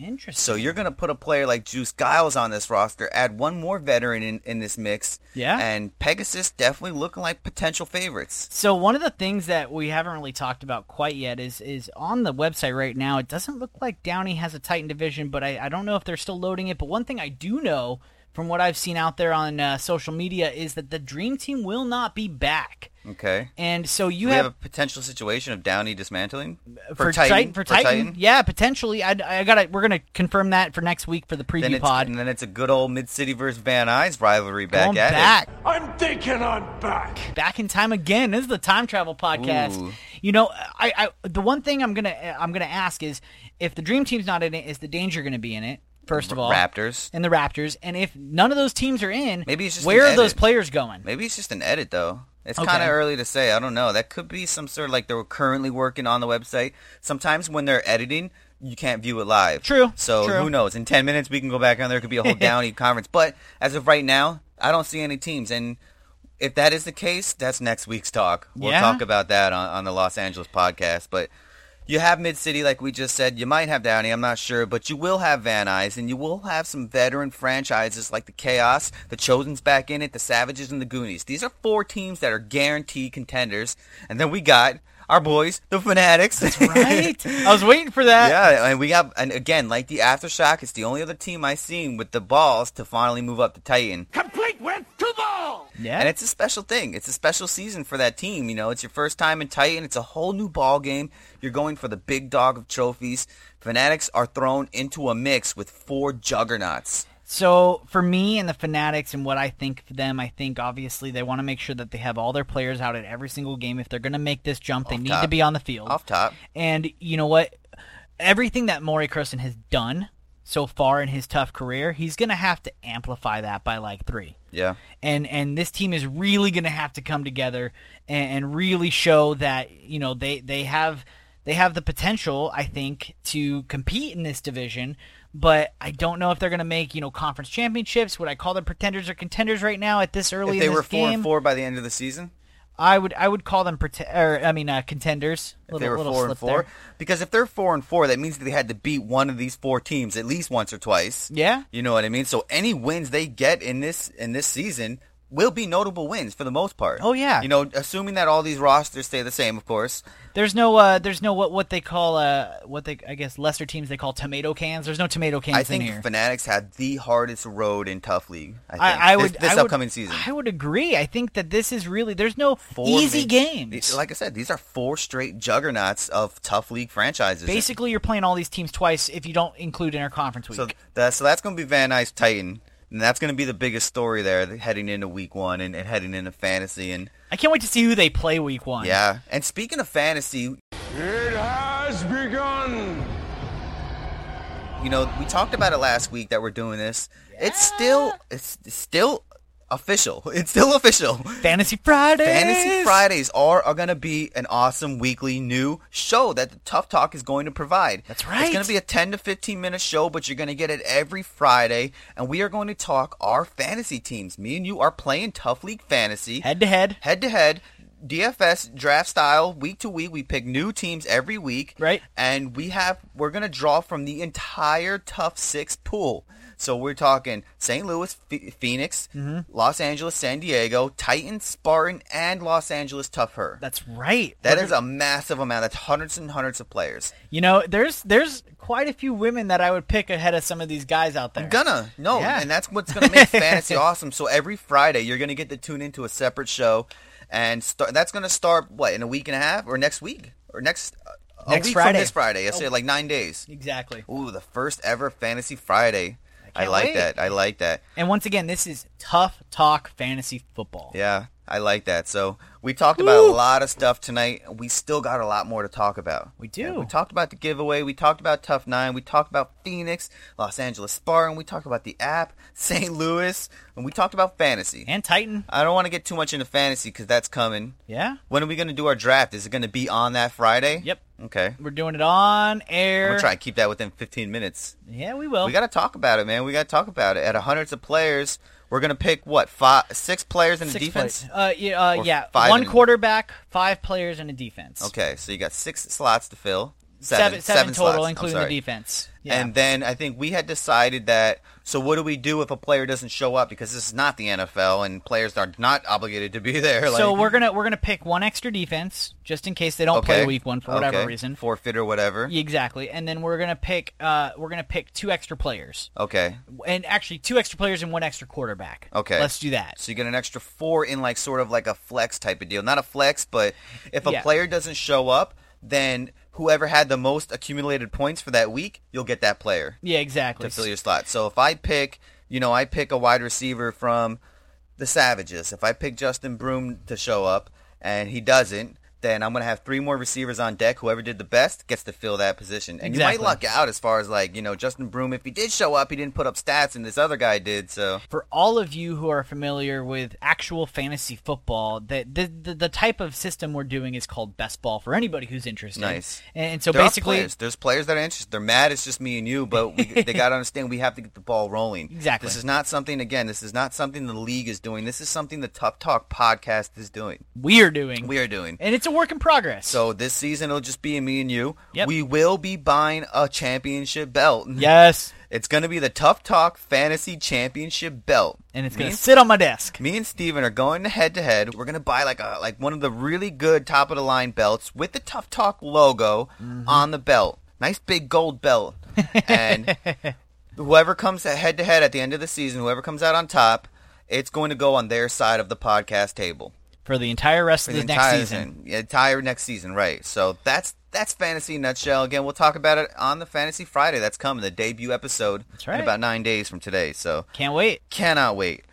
Speaker 2: Interesting.
Speaker 3: So you're going to put a player like Juice Giles on this roster, add one more veteran in, in this mix.
Speaker 2: Yeah.
Speaker 3: And Pegasus definitely looking like potential favorites.
Speaker 2: So one of the things that we haven't really talked about quite yet is is on the website right now. It doesn't look like Downey has a Titan division, but I, I don't know if they're still loading it. But one thing I do know from what I've seen out there on uh, social media is that the Dream Team will not be back,
Speaker 3: Okay.
Speaker 2: and so you
Speaker 3: we have,
Speaker 2: have
Speaker 3: a potential situation of Downey dismantling
Speaker 2: for Titan, yeah, potentially. I, I gotta we're gonna confirm that for next week for the
Speaker 3: Then
Speaker 2: preview
Speaker 3: it's,
Speaker 2: pod.
Speaker 3: and then it's a good old Mid City versus Van Nuys rivalry back
Speaker 2: Going
Speaker 3: at
Speaker 2: back.
Speaker 3: it.
Speaker 7: I'm thinking I'm back.
Speaker 2: back in time again. This is the time travel podcast.
Speaker 3: Ooh.
Speaker 2: You know, I, I the one thing I'm gonna I'm gonna ask is if the dream team's not in it, is the danger gonna be in it? First of all,
Speaker 3: Raptors.
Speaker 2: and the Raptors, and if none of those teams are in,
Speaker 3: Maybe it's just
Speaker 2: where
Speaker 3: an
Speaker 2: are those
Speaker 3: edit.
Speaker 2: players going?
Speaker 3: Maybe it's just an edit though. It's
Speaker 2: Okay.
Speaker 3: kind of early to say. I don't know. That could be some sort of like they're currently working on the website. Sometimes when they're editing, you can't view it live.
Speaker 2: True,
Speaker 3: So
Speaker 2: true.
Speaker 3: who knows? In 10 minutes, we can go back on there. It could be a whole Downey conference. But as of right now, I don't see any teams. And if that is the case, that's next week's talk. We'll
Speaker 2: Yeah.
Speaker 3: talk about that on, on the Los Angeles podcast. But you have Mid City, like we just said. You might have Downey, I'm not sure, but you will have Van Nuys, and you will have some veteran franchises like the Chaos, the Chosen's back in it, the Savages, and the Goonies. These are four teams that are guaranteed contenders. And then we got our boys, the Fanatics. That's
Speaker 2: Right? I was waiting for that.
Speaker 3: yeah, and we have, and again, like the Aftershock, it's the only other team I've seen with the balls to finally move up to Titan.
Speaker 7: Complete with two balls.
Speaker 2: Yeah.
Speaker 3: And it's a special thing. It's a special season for that team. You know, it's your first time in Titan. It's a whole new ball game. You're going for the big dog of trophies. Fanatics are thrown into a mix with four juggernauts.
Speaker 2: So for me and the Fanatics and what I think for them, I think obviously they want to make sure that they have all their players out at every single game. If they're going to make this jump, they need to
Speaker 3: top.
Speaker 2: be on the field.
Speaker 3: Off top.
Speaker 2: And you know what? Everything that Maury Kirsten has done so far in his tough career, he's going to have to amplify that by like three.
Speaker 3: Yeah.
Speaker 2: And and this team is really going to have to come together and, and really show that you know they they have they have the potential, I think, to compete in this division. But I don't know if they're going to make you know conference championships. Would I call them pretenders or contenders right now at this early?
Speaker 3: If
Speaker 2: in
Speaker 3: they
Speaker 2: this
Speaker 3: were four
Speaker 2: game,
Speaker 3: and four by the end of the season,
Speaker 2: I would I would call them prete- or I mean uh, contenders.
Speaker 3: if they were four and
Speaker 2: slip
Speaker 3: four,
Speaker 2: there.
Speaker 3: because if they're four and four, that means they had to beat one of these four teams at least once or twice.
Speaker 2: Yeah.
Speaker 3: You know what I mean? So any wins they get in this in this season will be notable wins for the most part.
Speaker 2: Oh, yeah.
Speaker 3: You know, assuming that all these rosters stay the same, of course.
Speaker 2: There's no uh, there's no what what they call uh what they I guess lesser teams they call tomato cans. There's no tomato cans
Speaker 3: I think
Speaker 2: in here.
Speaker 3: Fanatics have the hardest road in tough league. I, think.
Speaker 2: I, I
Speaker 3: This-
Speaker 2: would
Speaker 3: this,
Speaker 2: I would-
Speaker 3: upcoming season.
Speaker 2: I would agree. I think that this is really there's no
Speaker 3: Four
Speaker 2: easy
Speaker 3: mid-
Speaker 2: games.
Speaker 3: these- Like I said, these are four straight juggernauts of tough league franchises.
Speaker 2: Basically, you're playing all these teams twice if you don't include interconference week.
Speaker 3: So, that, so that's going to be Van Nuys Titan, and that's going to be the biggest story there th- heading into Week One and, and heading into fantasy. And
Speaker 2: I can't wait to see who they play week one.
Speaker 3: yeah, and speaking of fantasy,
Speaker 7: It has begun.
Speaker 3: you know we talked about it last week that we're doing this. It's still it's still official. It's still official.
Speaker 2: Fantasy Friday.
Speaker 3: Fantasy Fridays are, are going to be an awesome weekly new show that the Tough Talk is going to provide.
Speaker 2: That's right.
Speaker 3: It's going to be a 10 to 15 minute show, but you're going to get it every Friday. And we are going to talk our fantasy teams. Me and you are playing Tough League Fantasy
Speaker 2: Head to head.
Speaker 3: head to head. DFS draft style, week to week, we pick new teams every week.
Speaker 2: Right.
Speaker 3: And we have we're gonna draw from the entire Tough Six pool. So we're talking St. Louis, Ph Phoenix, Los Angeles, San Diego, Titan, Spartan, and Los Angeles Tough Her.
Speaker 2: That's right.
Speaker 3: That is a massive amount. That's hundreds and hundreds of players.
Speaker 2: You know, there's there's quite a few women that I would pick ahead of some of these guys out there.
Speaker 3: Gonna no,
Speaker 2: Yeah.
Speaker 3: and that's what's gonna make fantasy awesome. So every Friday you're gonna get to tune into a separate show, and start, that's gonna start what in a week and a half or next week or next uh, a
Speaker 2: Next
Speaker 3: week
Speaker 2: Friday. Oh.
Speaker 3: from this Friday. I say like nine days.
Speaker 2: exactly.
Speaker 3: Ooh, the first ever fantasy Friday. I,
Speaker 2: can't
Speaker 3: like
Speaker 2: wait.
Speaker 3: that. I like that.
Speaker 2: And once again, this is tough talk fantasy football.
Speaker 3: Yeah, I like that. So we talked about a lot of stuff tonight. We still got a lot more to talk about.
Speaker 2: We do.
Speaker 3: Yeah, we talked about the giveaway. We talked about Tough Nine. We talked about Phoenix, Los Angeles Spartan. We talked about the app, St. Louis, and we talked about fantasy.
Speaker 2: And Titan.
Speaker 3: I don't want to get too much into fantasy because that's coming.
Speaker 2: Yeah.
Speaker 3: When are we going to do our draft? Is it going to be on that Friday?
Speaker 2: Yep.
Speaker 3: Okay.
Speaker 2: We're doing it on
Speaker 3: I'm
Speaker 2: air.
Speaker 3: going to try and keep that within 15 minutes.
Speaker 2: Yeah, we will.
Speaker 3: We got to talk about it, man. We got to talk about it. At a hundreds of players, we're going to pick, what, five, six players in the
Speaker 2: Six
Speaker 3: defense?
Speaker 2: play- Uh, yeah, uh,
Speaker 3: Or
Speaker 2: yeah.
Speaker 3: five
Speaker 2: one
Speaker 3: in-
Speaker 2: quarterback, five players, and a defense.
Speaker 3: Okay, so you got six slots to fill.
Speaker 2: Seven,
Speaker 3: Seven,
Speaker 2: seven total,
Speaker 3: slots. I'm
Speaker 2: including the
Speaker 3: sorry.
Speaker 2: defense. Yeah.
Speaker 3: And then I think we had decided that. So what do we do if a player doesn't show up because this is not the NFL and players are not obligated to be there?
Speaker 2: so
Speaker 3: like-
Speaker 2: we're gonna we're gonna pick one extra defense just in case they don't play week one for whatever
Speaker 3: okay,
Speaker 2: reason.
Speaker 3: forfeit or whatever.
Speaker 2: Yeah, exactly. And then we're gonna pick uh we're gonna pick two extra players,
Speaker 3: Okay,
Speaker 2: and actually two extra players and one extra quarterback.
Speaker 3: Okay.
Speaker 2: Let's do that.
Speaker 3: so you get an extra four in like sort of like a flex type of deal, not a flex, but if a
Speaker 2: Yeah.
Speaker 3: player doesn't show up, then whoever had the most accumulated points for that week, you'll get that player.
Speaker 2: Yeah, exactly.
Speaker 3: to fill your slot. So if I pick, you know, I pick a wide receiver from the Savages. If I pick Justin Broom to show up and he doesn't, then I'm going to have three more receivers on deck. Whoever did the best gets to fill that position. And you
Speaker 2: Exactly.
Speaker 3: might luck out as far as like, you know, Justin Broom, if he did show up, he didn't put up stats and this other guy did. So
Speaker 2: for all of you who are familiar with actual fantasy football, that the, the the type of system we're doing is called best ball for anybody who's interested.
Speaker 3: Nice.
Speaker 2: And, and so
Speaker 3: there are
Speaker 2: basically,
Speaker 3: players. there's players that are interested. They're mad. It's just me and you, but we, they got to understand we have to get the ball rolling.
Speaker 2: Exactly.
Speaker 3: This is not something, again, this is not something the league is doing. This is something the Tough Talk podcast is doing.
Speaker 2: we are doing,
Speaker 3: We are doing.
Speaker 2: and it's a work in progress.
Speaker 3: So this season it'll just be me and you.
Speaker 2: Yep.
Speaker 3: We will be buying a championship belt.
Speaker 2: yes,
Speaker 3: It's gonna be the Tough Talk Fantasy Championship belt.
Speaker 2: and it's
Speaker 3: me
Speaker 2: gonna
Speaker 3: and-
Speaker 2: sit on my desk.
Speaker 3: Me and Steven are going head to head. We're gonna buy like a like one of the really good top of the line belts with the Tough Talk logo on the belt. Nice big gold belt. And whoever comes head to head at the end of the season, whoever comes out on top, it's going to go on their side of the podcast table.
Speaker 2: for the entire rest of
Speaker 3: the
Speaker 2: the next
Speaker 3: entire
Speaker 2: season.
Speaker 3: yeah, entire next season, right? So that's that's fantasy nutshell. Again, we'll talk about it on the Fantasy Friday that's coming, the debut episode
Speaker 2: right.
Speaker 3: in about nine days from today. So
Speaker 2: Can't wait.
Speaker 3: cannot wait.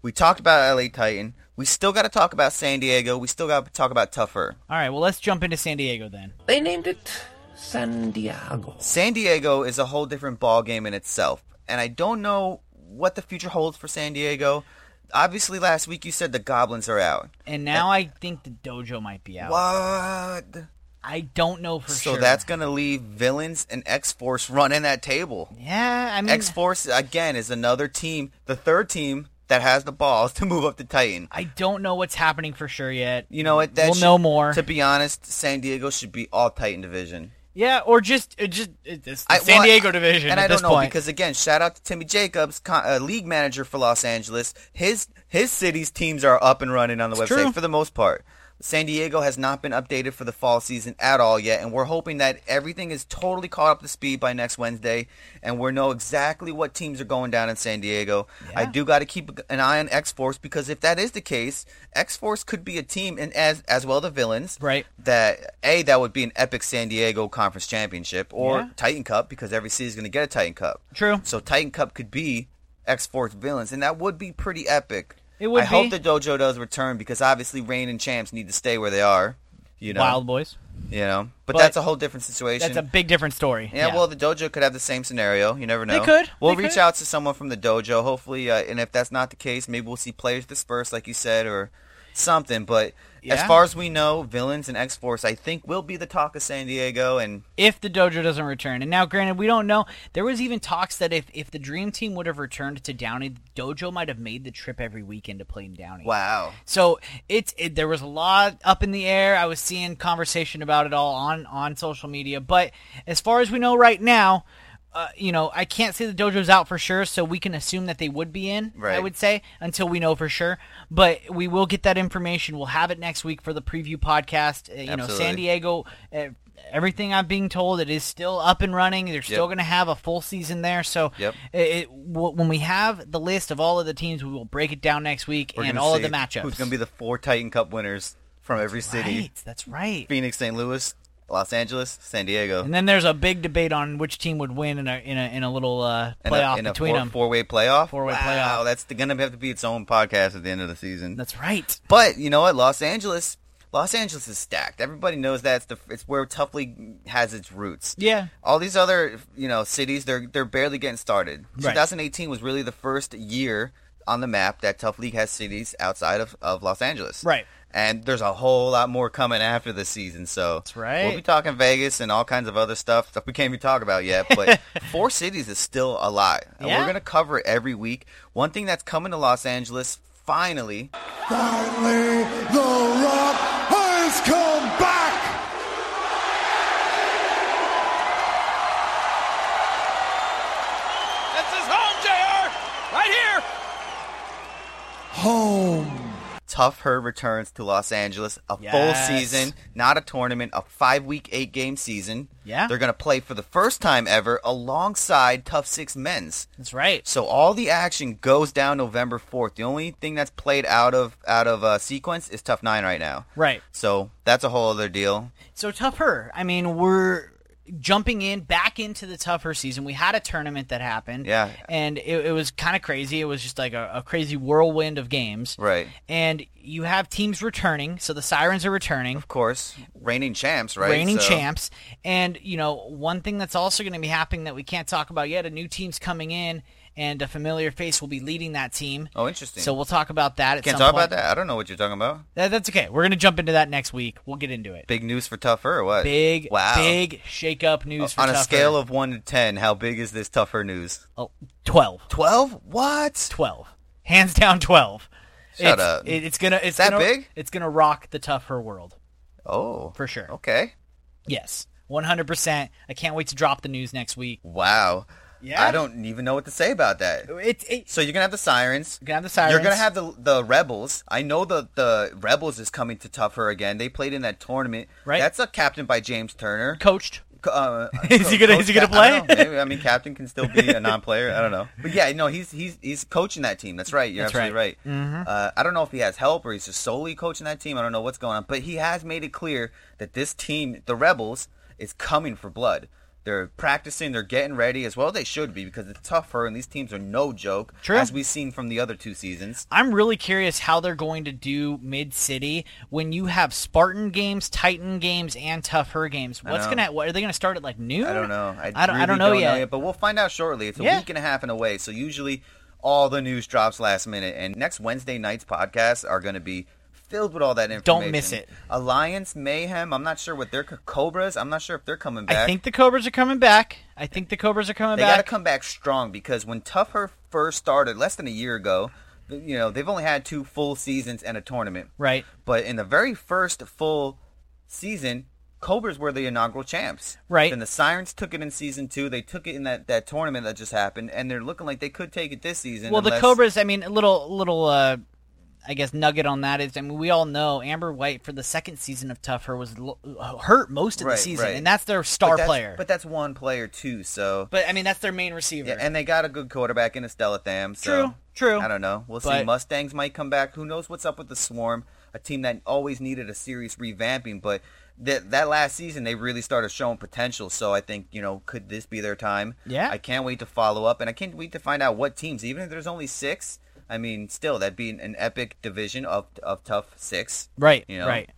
Speaker 3: We talked about LA Titan. We still got to talk about San Diego. We still got to talk about Tougher.
Speaker 2: All right, well, let's jump into San Diego then.
Speaker 5: They named it San Diego.
Speaker 3: San Diego is a whole different ballgame in itself, and I don't know what the future holds for San Diego. Obviously, last week you said the goblins are out.
Speaker 2: And now I think the dojo might be out.
Speaker 3: What?
Speaker 2: I don't know Oh. for
Speaker 3: So
Speaker 2: sure.
Speaker 3: that's gonna leave villains and X Force running that table.
Speaker 2: yeah. I mean,
Speaker 3: X Force again is another team, the third team that has the balls to move up to Titan.
Speaker 2: I don't know what's happening for sure yet.
Speaker 3: You know what? That
Speaker 2: We'll
Speaker 3: should-
Speaker 2: know more.
Speaker 3: To be honest, San Diego should be all Titan division.
Speaker 2: Yeah, or just it just it, it's the
Speaker 3: I-
Speaker 2: San
Speaker 3: well,
Speaker 2: Diego
Speaker 3: I-
Speaker 2: division.
Speaker 3: And
Speaker 2: at
Speaker 3: I don't
Speaker 2: this
Speaker 3: know
Speaker 2: point.
Speaker 3: because again, shout out to Timmy Jacobs, co- uh, league manager for Los Angeles. His his city's teams are up and running on the website
Speaker 2: true.
Speaker 3: for the most part. San Diego has not been updated for the fall season at all yet, and we're hoping that everything is totally caught up to speed by next Wednesday, and we know exactly what teams are going down in San Diego. I do got to keep an eye on X Force because if that is the case, X Force could be a team, and as as well the villains,
Speaker 2: Right.
Speaker 3: that a that would be an epic San Diego Conference Championship or
Speaker 2: Yeah.
Speaker 3: Titan Cup because every city is going to get a Titan Cup.
Speaker 2: True.
Speaker 3: So Titan Cup could be X Force villains, and that would be pretty epic.
Speaker 2: It would
Speaker 3: I hope
Speaker 2: be.
Speaker 3: the dojo does return because obviously Rain and Champs need to stay where they are. You know,
Speaker 2: Wild Boys.
Speaker 3: you know, but,
Speaker 2: But-
Speaker 3: that's a whole different situation.
Speaker 2: That's a big different story.
Speaker 3: yeah, well, the dojo could have the same scenario. You never know.
Speaker 2: could.
Speaker 3: We'll
Speaker 2: They
Speaker 3: reach
Speaker 2: could.
Speaker 3: out to someone from the dojo, hopefully, uh, and if that's not the case, maybe we'll see players dispersed, like you said, or something. But as
Speaker 2: Yeah.
Speaker 3: far as we know, villains and X Force, I think, will be the talk of San Diego, and
Speaker 2: if the dojo doesn't return. And now, granted, we don't know. There was even talks that if, if the Dream Team would have returned to Downey, the dojo might have made the trip every weekend to play in Downey.
Speaker 3: wow.
Speaker 2: So it's it, there was a lot up in the air. I was seeing conversation about it all on on social media, but as far as we know right now, uh, you know I can't say the dojo's out for sure, so we can assume that they would be in. I
Speaker 3: Right.
Speaker 2: would say until we know for sure, but we will get that information. We'll have it next week for the preview podcast. Uh, you know, San
Speaker 3: Absolutely.
Speaker 2: Diego. Uh, Everything I'm being told, it is still up and running. They're still
Speaker 3: Yep.
Speaker 2: going to have a full season there. So,
Speaker 3: Yep.
Speaker 2: it, it, w- when we have the list of all of the teams, we will break it down next week
Speaker 3: We're
Speaker 2: and
Speaker 3: gonna
Speaker 2: all of
Speaker 3: see
Speaker 2: the matchups.
Speaker 3: Who's going to be the four Titan Cup winners from every city?
Speaker 2: Right, that's right.
Speaker 3: Phoenix, St. Louis, Los Angeles, San Diego.
Speaker 2: And then there's a big debate on which team would win in a in a in a little uh,
Speaker 3: And a-
Speaker 2: playoff
Speaker 3: and a
Speaker 2: between
Speaker 3: four,
Speaker 2: them.
Speaker 3: Four-way playoff.
Speaker 2: Four-way
Speaker 3: wow,
Speaker 2: playoff.
Speaker 3: That's going to have to be its own podcast at the end of the season.
Speaker 2: That's right.
Speaker 3: But you know what, Los Angeles, Los Angeles is stacked. Everybody knows that it's the it's where Tough League has its roots.
Speaker 2: Yeah.
Speaker 3: All these other you know cities, they're they're barely getting started.
Speaker 2: Right.
Speaker 3: 2018 was really the first year on the map that Tough League has cities outside of, of Los Angeles.
Speaker 2: Right.
Speaker 3: And there's a whole lot more coming after this season, so that's
Speaker 2: right.
Speaker 3: We'll be talking Vegas and all kinds of other stuff that we can't even talk about yet. But four cities is still a lot. And
Speaker 2: Yeah.
Speaker 3: We're gonna cover it every week. One thing that's coming to Los Angeles finally
Speaker 10: Finally, The Rock has come back!
Speaker 7: That's his home, JR! Right here!
Speaker 10: Oh.
Speaker 3: Tough Her returns to Los Angeles. A
Speaker 2: Yes.
Speaker 3: full season, not a tournament, a five week, eight game season.
Speaker 2: Yeah.
Speaker 3: They're going to play for the first time ever alongside Tough Six Men's.
Speaker 2: That's right.
Speaker 3: So all the action goes down November 4th. The only thing that's played out of out of uh, sequence is Tough 9 right now.
Speaker 2: Right.
Speaker 3: So that's a whole other deal.
Speaker 2: So tougher. I mean, we're jumping in back into the tougher season. We had a tournament that happened.
Speaker 3: Yeah.
Speaker 2: And it, it was kind of crazy. It was just like a, a crazy whirlwind of games.
Speaker 3: Right.
Speaker 2: And you have teams returning. So the Sirens are returning.
Speaker 3: Of course, reigning champs, right?
Speaker 2: Reigning
Speaker 3: So-
Speaker 2: champs. And, you know, one thing that's also going to be happening that we can't talk about yet a new team's coming in, and a familiar face will be leading that team.
Speaker 3: Oh, interesting.
Speaker 2: So we'll talk about that at
Speaker 3: Can't
Speaker 2: some
Speaker 3: talk
Speaker 2: point.
Speaker 3: about that. I don't know what you're talking about.
Speaker 2: That- That's okay. We're going to jump into that next week. We'll get into it.
Speaker 3: Big news for Tougher or what?
Speaker 2: Big,
Speaker 3: wow.
Speaker 2: big shake-up news for
Speaker 3: On a
Speaker 2: Tougher.
Speaker 3: scale of one to ten, how big is this Tougher news?
Speaker 2: Oh, 12.
Speaker 3: Twelve? What?
Speaker 2: 12. Hands down 12.
Speaker 3: Shut
Speaker 2: it's,
Speaker 3: up.
Speaker 2: it- it's gonna. It's
Speaker 3: that
Speaker 2: gonna,
Speaker 3: big?
Speaker 2: It's gonna rock the tougher world
Speaker 3: Oh,
Speaker 2: for sure.
Speaker 3: Okay.
Speaker 2: Yes, one hundred percent. I can't wait to drop the news next week.
Speaker 3: Wow.
Speaker 2: Yeah.
Speaker 3: I don't even know what to say about that.
Speaker 2: It's it,
Speaker 3: So you're gonna have the sirens.
Speaker 2: Gonna have the Sirens.
Speaker 3: You're gonna have the the rebels. I know the the rebels is coming to tougher again. They played in that tournament.
Speaker 2: Right.
Speaker 3: That's a captain by James Turner.
Speaker 2: coached.
Speaker 3: Co- uh,
Speaker 2: Is he gonna- is he gonna
Speaker 3: Cap- I don't
Speaker 2: play?
Speaker 3: know. Maybe- I mean, captain can still be a non-player. I don't know, but yeah, no, he's he's he's coaching that team. That's right. You're
Speaker 2: That's Mm-hmm.
Speaker 3: absolutely right. Uh, I don't know if he has help or he's just solely coaching that team. I don't know what's going on, but he has made it clear that this team, the Rebels, is coming for blood. They're practicing. They're getting ready as well. They should be because it's tougher, and these teams are no joke,
Speaker 2: True.
Speaker 3: as we've seen from the other two seasons.
Speaker 2: I'm really curious how they're going to do mid city when you have Spartan games, Titan games, and tougher games. What's
Speaker 3: know.
Speaker 2: gonna? What, are they gonna start at like noon?
Speaker 3: I don't know. I,
Speaker 2: I don't. I
Speaker 3: really
Speaker 2: don't know yet.
Speaker 3: but we'll find out shortly. It's a
Speaker 2: Yeah.
Speaker 3: week and a half in a way, so usually all the news drops last minute. And next Wednesday night's podcasts are going to be filled with all that information.
Speaker 2: Don't miss it.
Speaker 3: Alliance Mayhem. I'm not sure what their Cobras. I'm not sure if they're coming back.
Speaker 2: I think the Cobras are coming back. I think the Cobras are coming
Speaker 3: they got to
Speaker 2: back.
Speaker 3: come back strong because when Tougher first started less than a year ago, you know they've only had two full seasons and a tournament.
Speaker 2: right.
Speaker 3: But in the very first full season, Cobras were the inaugural champs.
Speaker 2: Right.
Speaker 3: Then the Sirens took it in season two. They took it in that, that tournament that just happened, and they're looking like they could take it this season.
Speaker 2: Well, the
Speaker 3: unless-
Speaker 2: Cobras. I mean, a little, little. Uh, I guess nugget on that is. I mean, we all know Amber White for the second season of Tougher was l- uh, hurt most of
Speaker 3: Right,
Speaker 2: the season,
Speaker 3: right.
Speaker 2: and that's their
Speaker 3: but
Speaker 2: star
Speaker 3: that's-
Speaker 2: player.
Speaker 3: But that's one player too. So
Speaker 2: But, I mean, that's their main receiver.
Speaker 3: yeah, and they got a good quarterback in Estella Tham. So
Speaker 2: True, true.
Speaker 3: I don't know. We'll see.
Speaker 2: But-
Speaker 3: Mustangs might come back. Who knows what's up with the Swarm? A team that always needed a serious revamping, but that that last season they really started showing potential. So I think you know, could this be their time?
Speaker 2: Yeah.
Speaker 3: I can't wait to follow up, and I can't wait to find out what teams. Even if there's only six, I mean, still that'd be an, an epic division of of tough six.
Speaker 2: right,
Speaker 3: You know?
Speaker 2: right.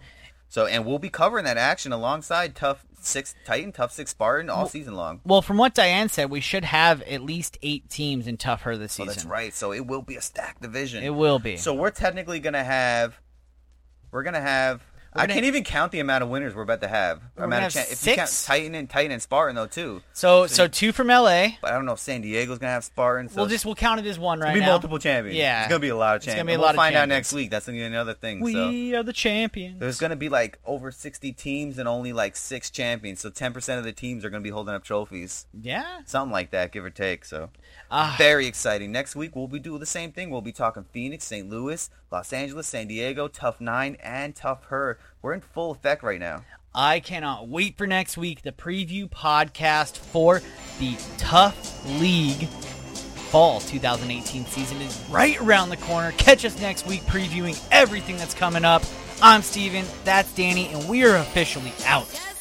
Speaker 3: So, and we'll be covering that action alongside tough six Titan, tough six Spartan all season long.
Speaker 2: Well, from what Diane said, we should have at least eight teams in Tougher this
Speaker 3: Oh,
Speaker 2: season.
Speaker 3: that's right. So it will be a stacked division.
Speaker 2: It will be.
Speaker 3: So we're technically gonna have, we're gonna have. I
Speaker 2: gonna-
Speaker 3: can't even count the amount of winners we're about to have.
Speaker 2: We're
Speaker 3: amount
Speaker 2: gonna
Speaker 3: of
Speaker 2: have
Speaker 3: chan- If you count
Speaker 2: six?
Speaker 3: Titan and Titan and Spartan though too,
Speaker 2: So, so two from LA.
Speaker 3: but I don't know if San Diego's gonna have Spartan. So
Speaker 2: We'll just we'll count it as one
Speaker 3: it's
Speaker 2: right
Speaker 3: gonna be
Speaker 2: now.
Speaker 3: multiple champions.
Speaker 2: Yeah,
Speaker 3: it's gonna be a lot of
Speaker 2: It's gonna
Speaker 3: champions.
Speaker 2: be a
Speaker 3: And
Speaker 2: lot
Speaker 3: we'll
Speaker 2: of
Speaker 3: find out
Speaker 2: champions.
Speaker 3: next week. That's gonna be another thing. so Uh,
Speaker 2: We are the champions.
Speaker 3: there's gonna be like over 60 teams and only like six champions. So 10% of the teams are gonna be holding up trophies,
Speaker 2: Yeah.
Speaker 3: something like that, give or take. So.
Speaker 2: Ah,
Speaker 3: Very exciting. Next week we'll be doing the same thing. We'll be talking Phoenix, St. Louis, Los Angeles, San Diego, Tough Nine, and Tough Her. We're in full effect right now.
Speaker 2: I cannot wait for next week, the preview podcast for the Tough League Fall 2018 season is right around the corner. Catch us next week previewing everything that's coming up. I'm Steven, that's Danny, and we are officially out.
Speaker 6: Just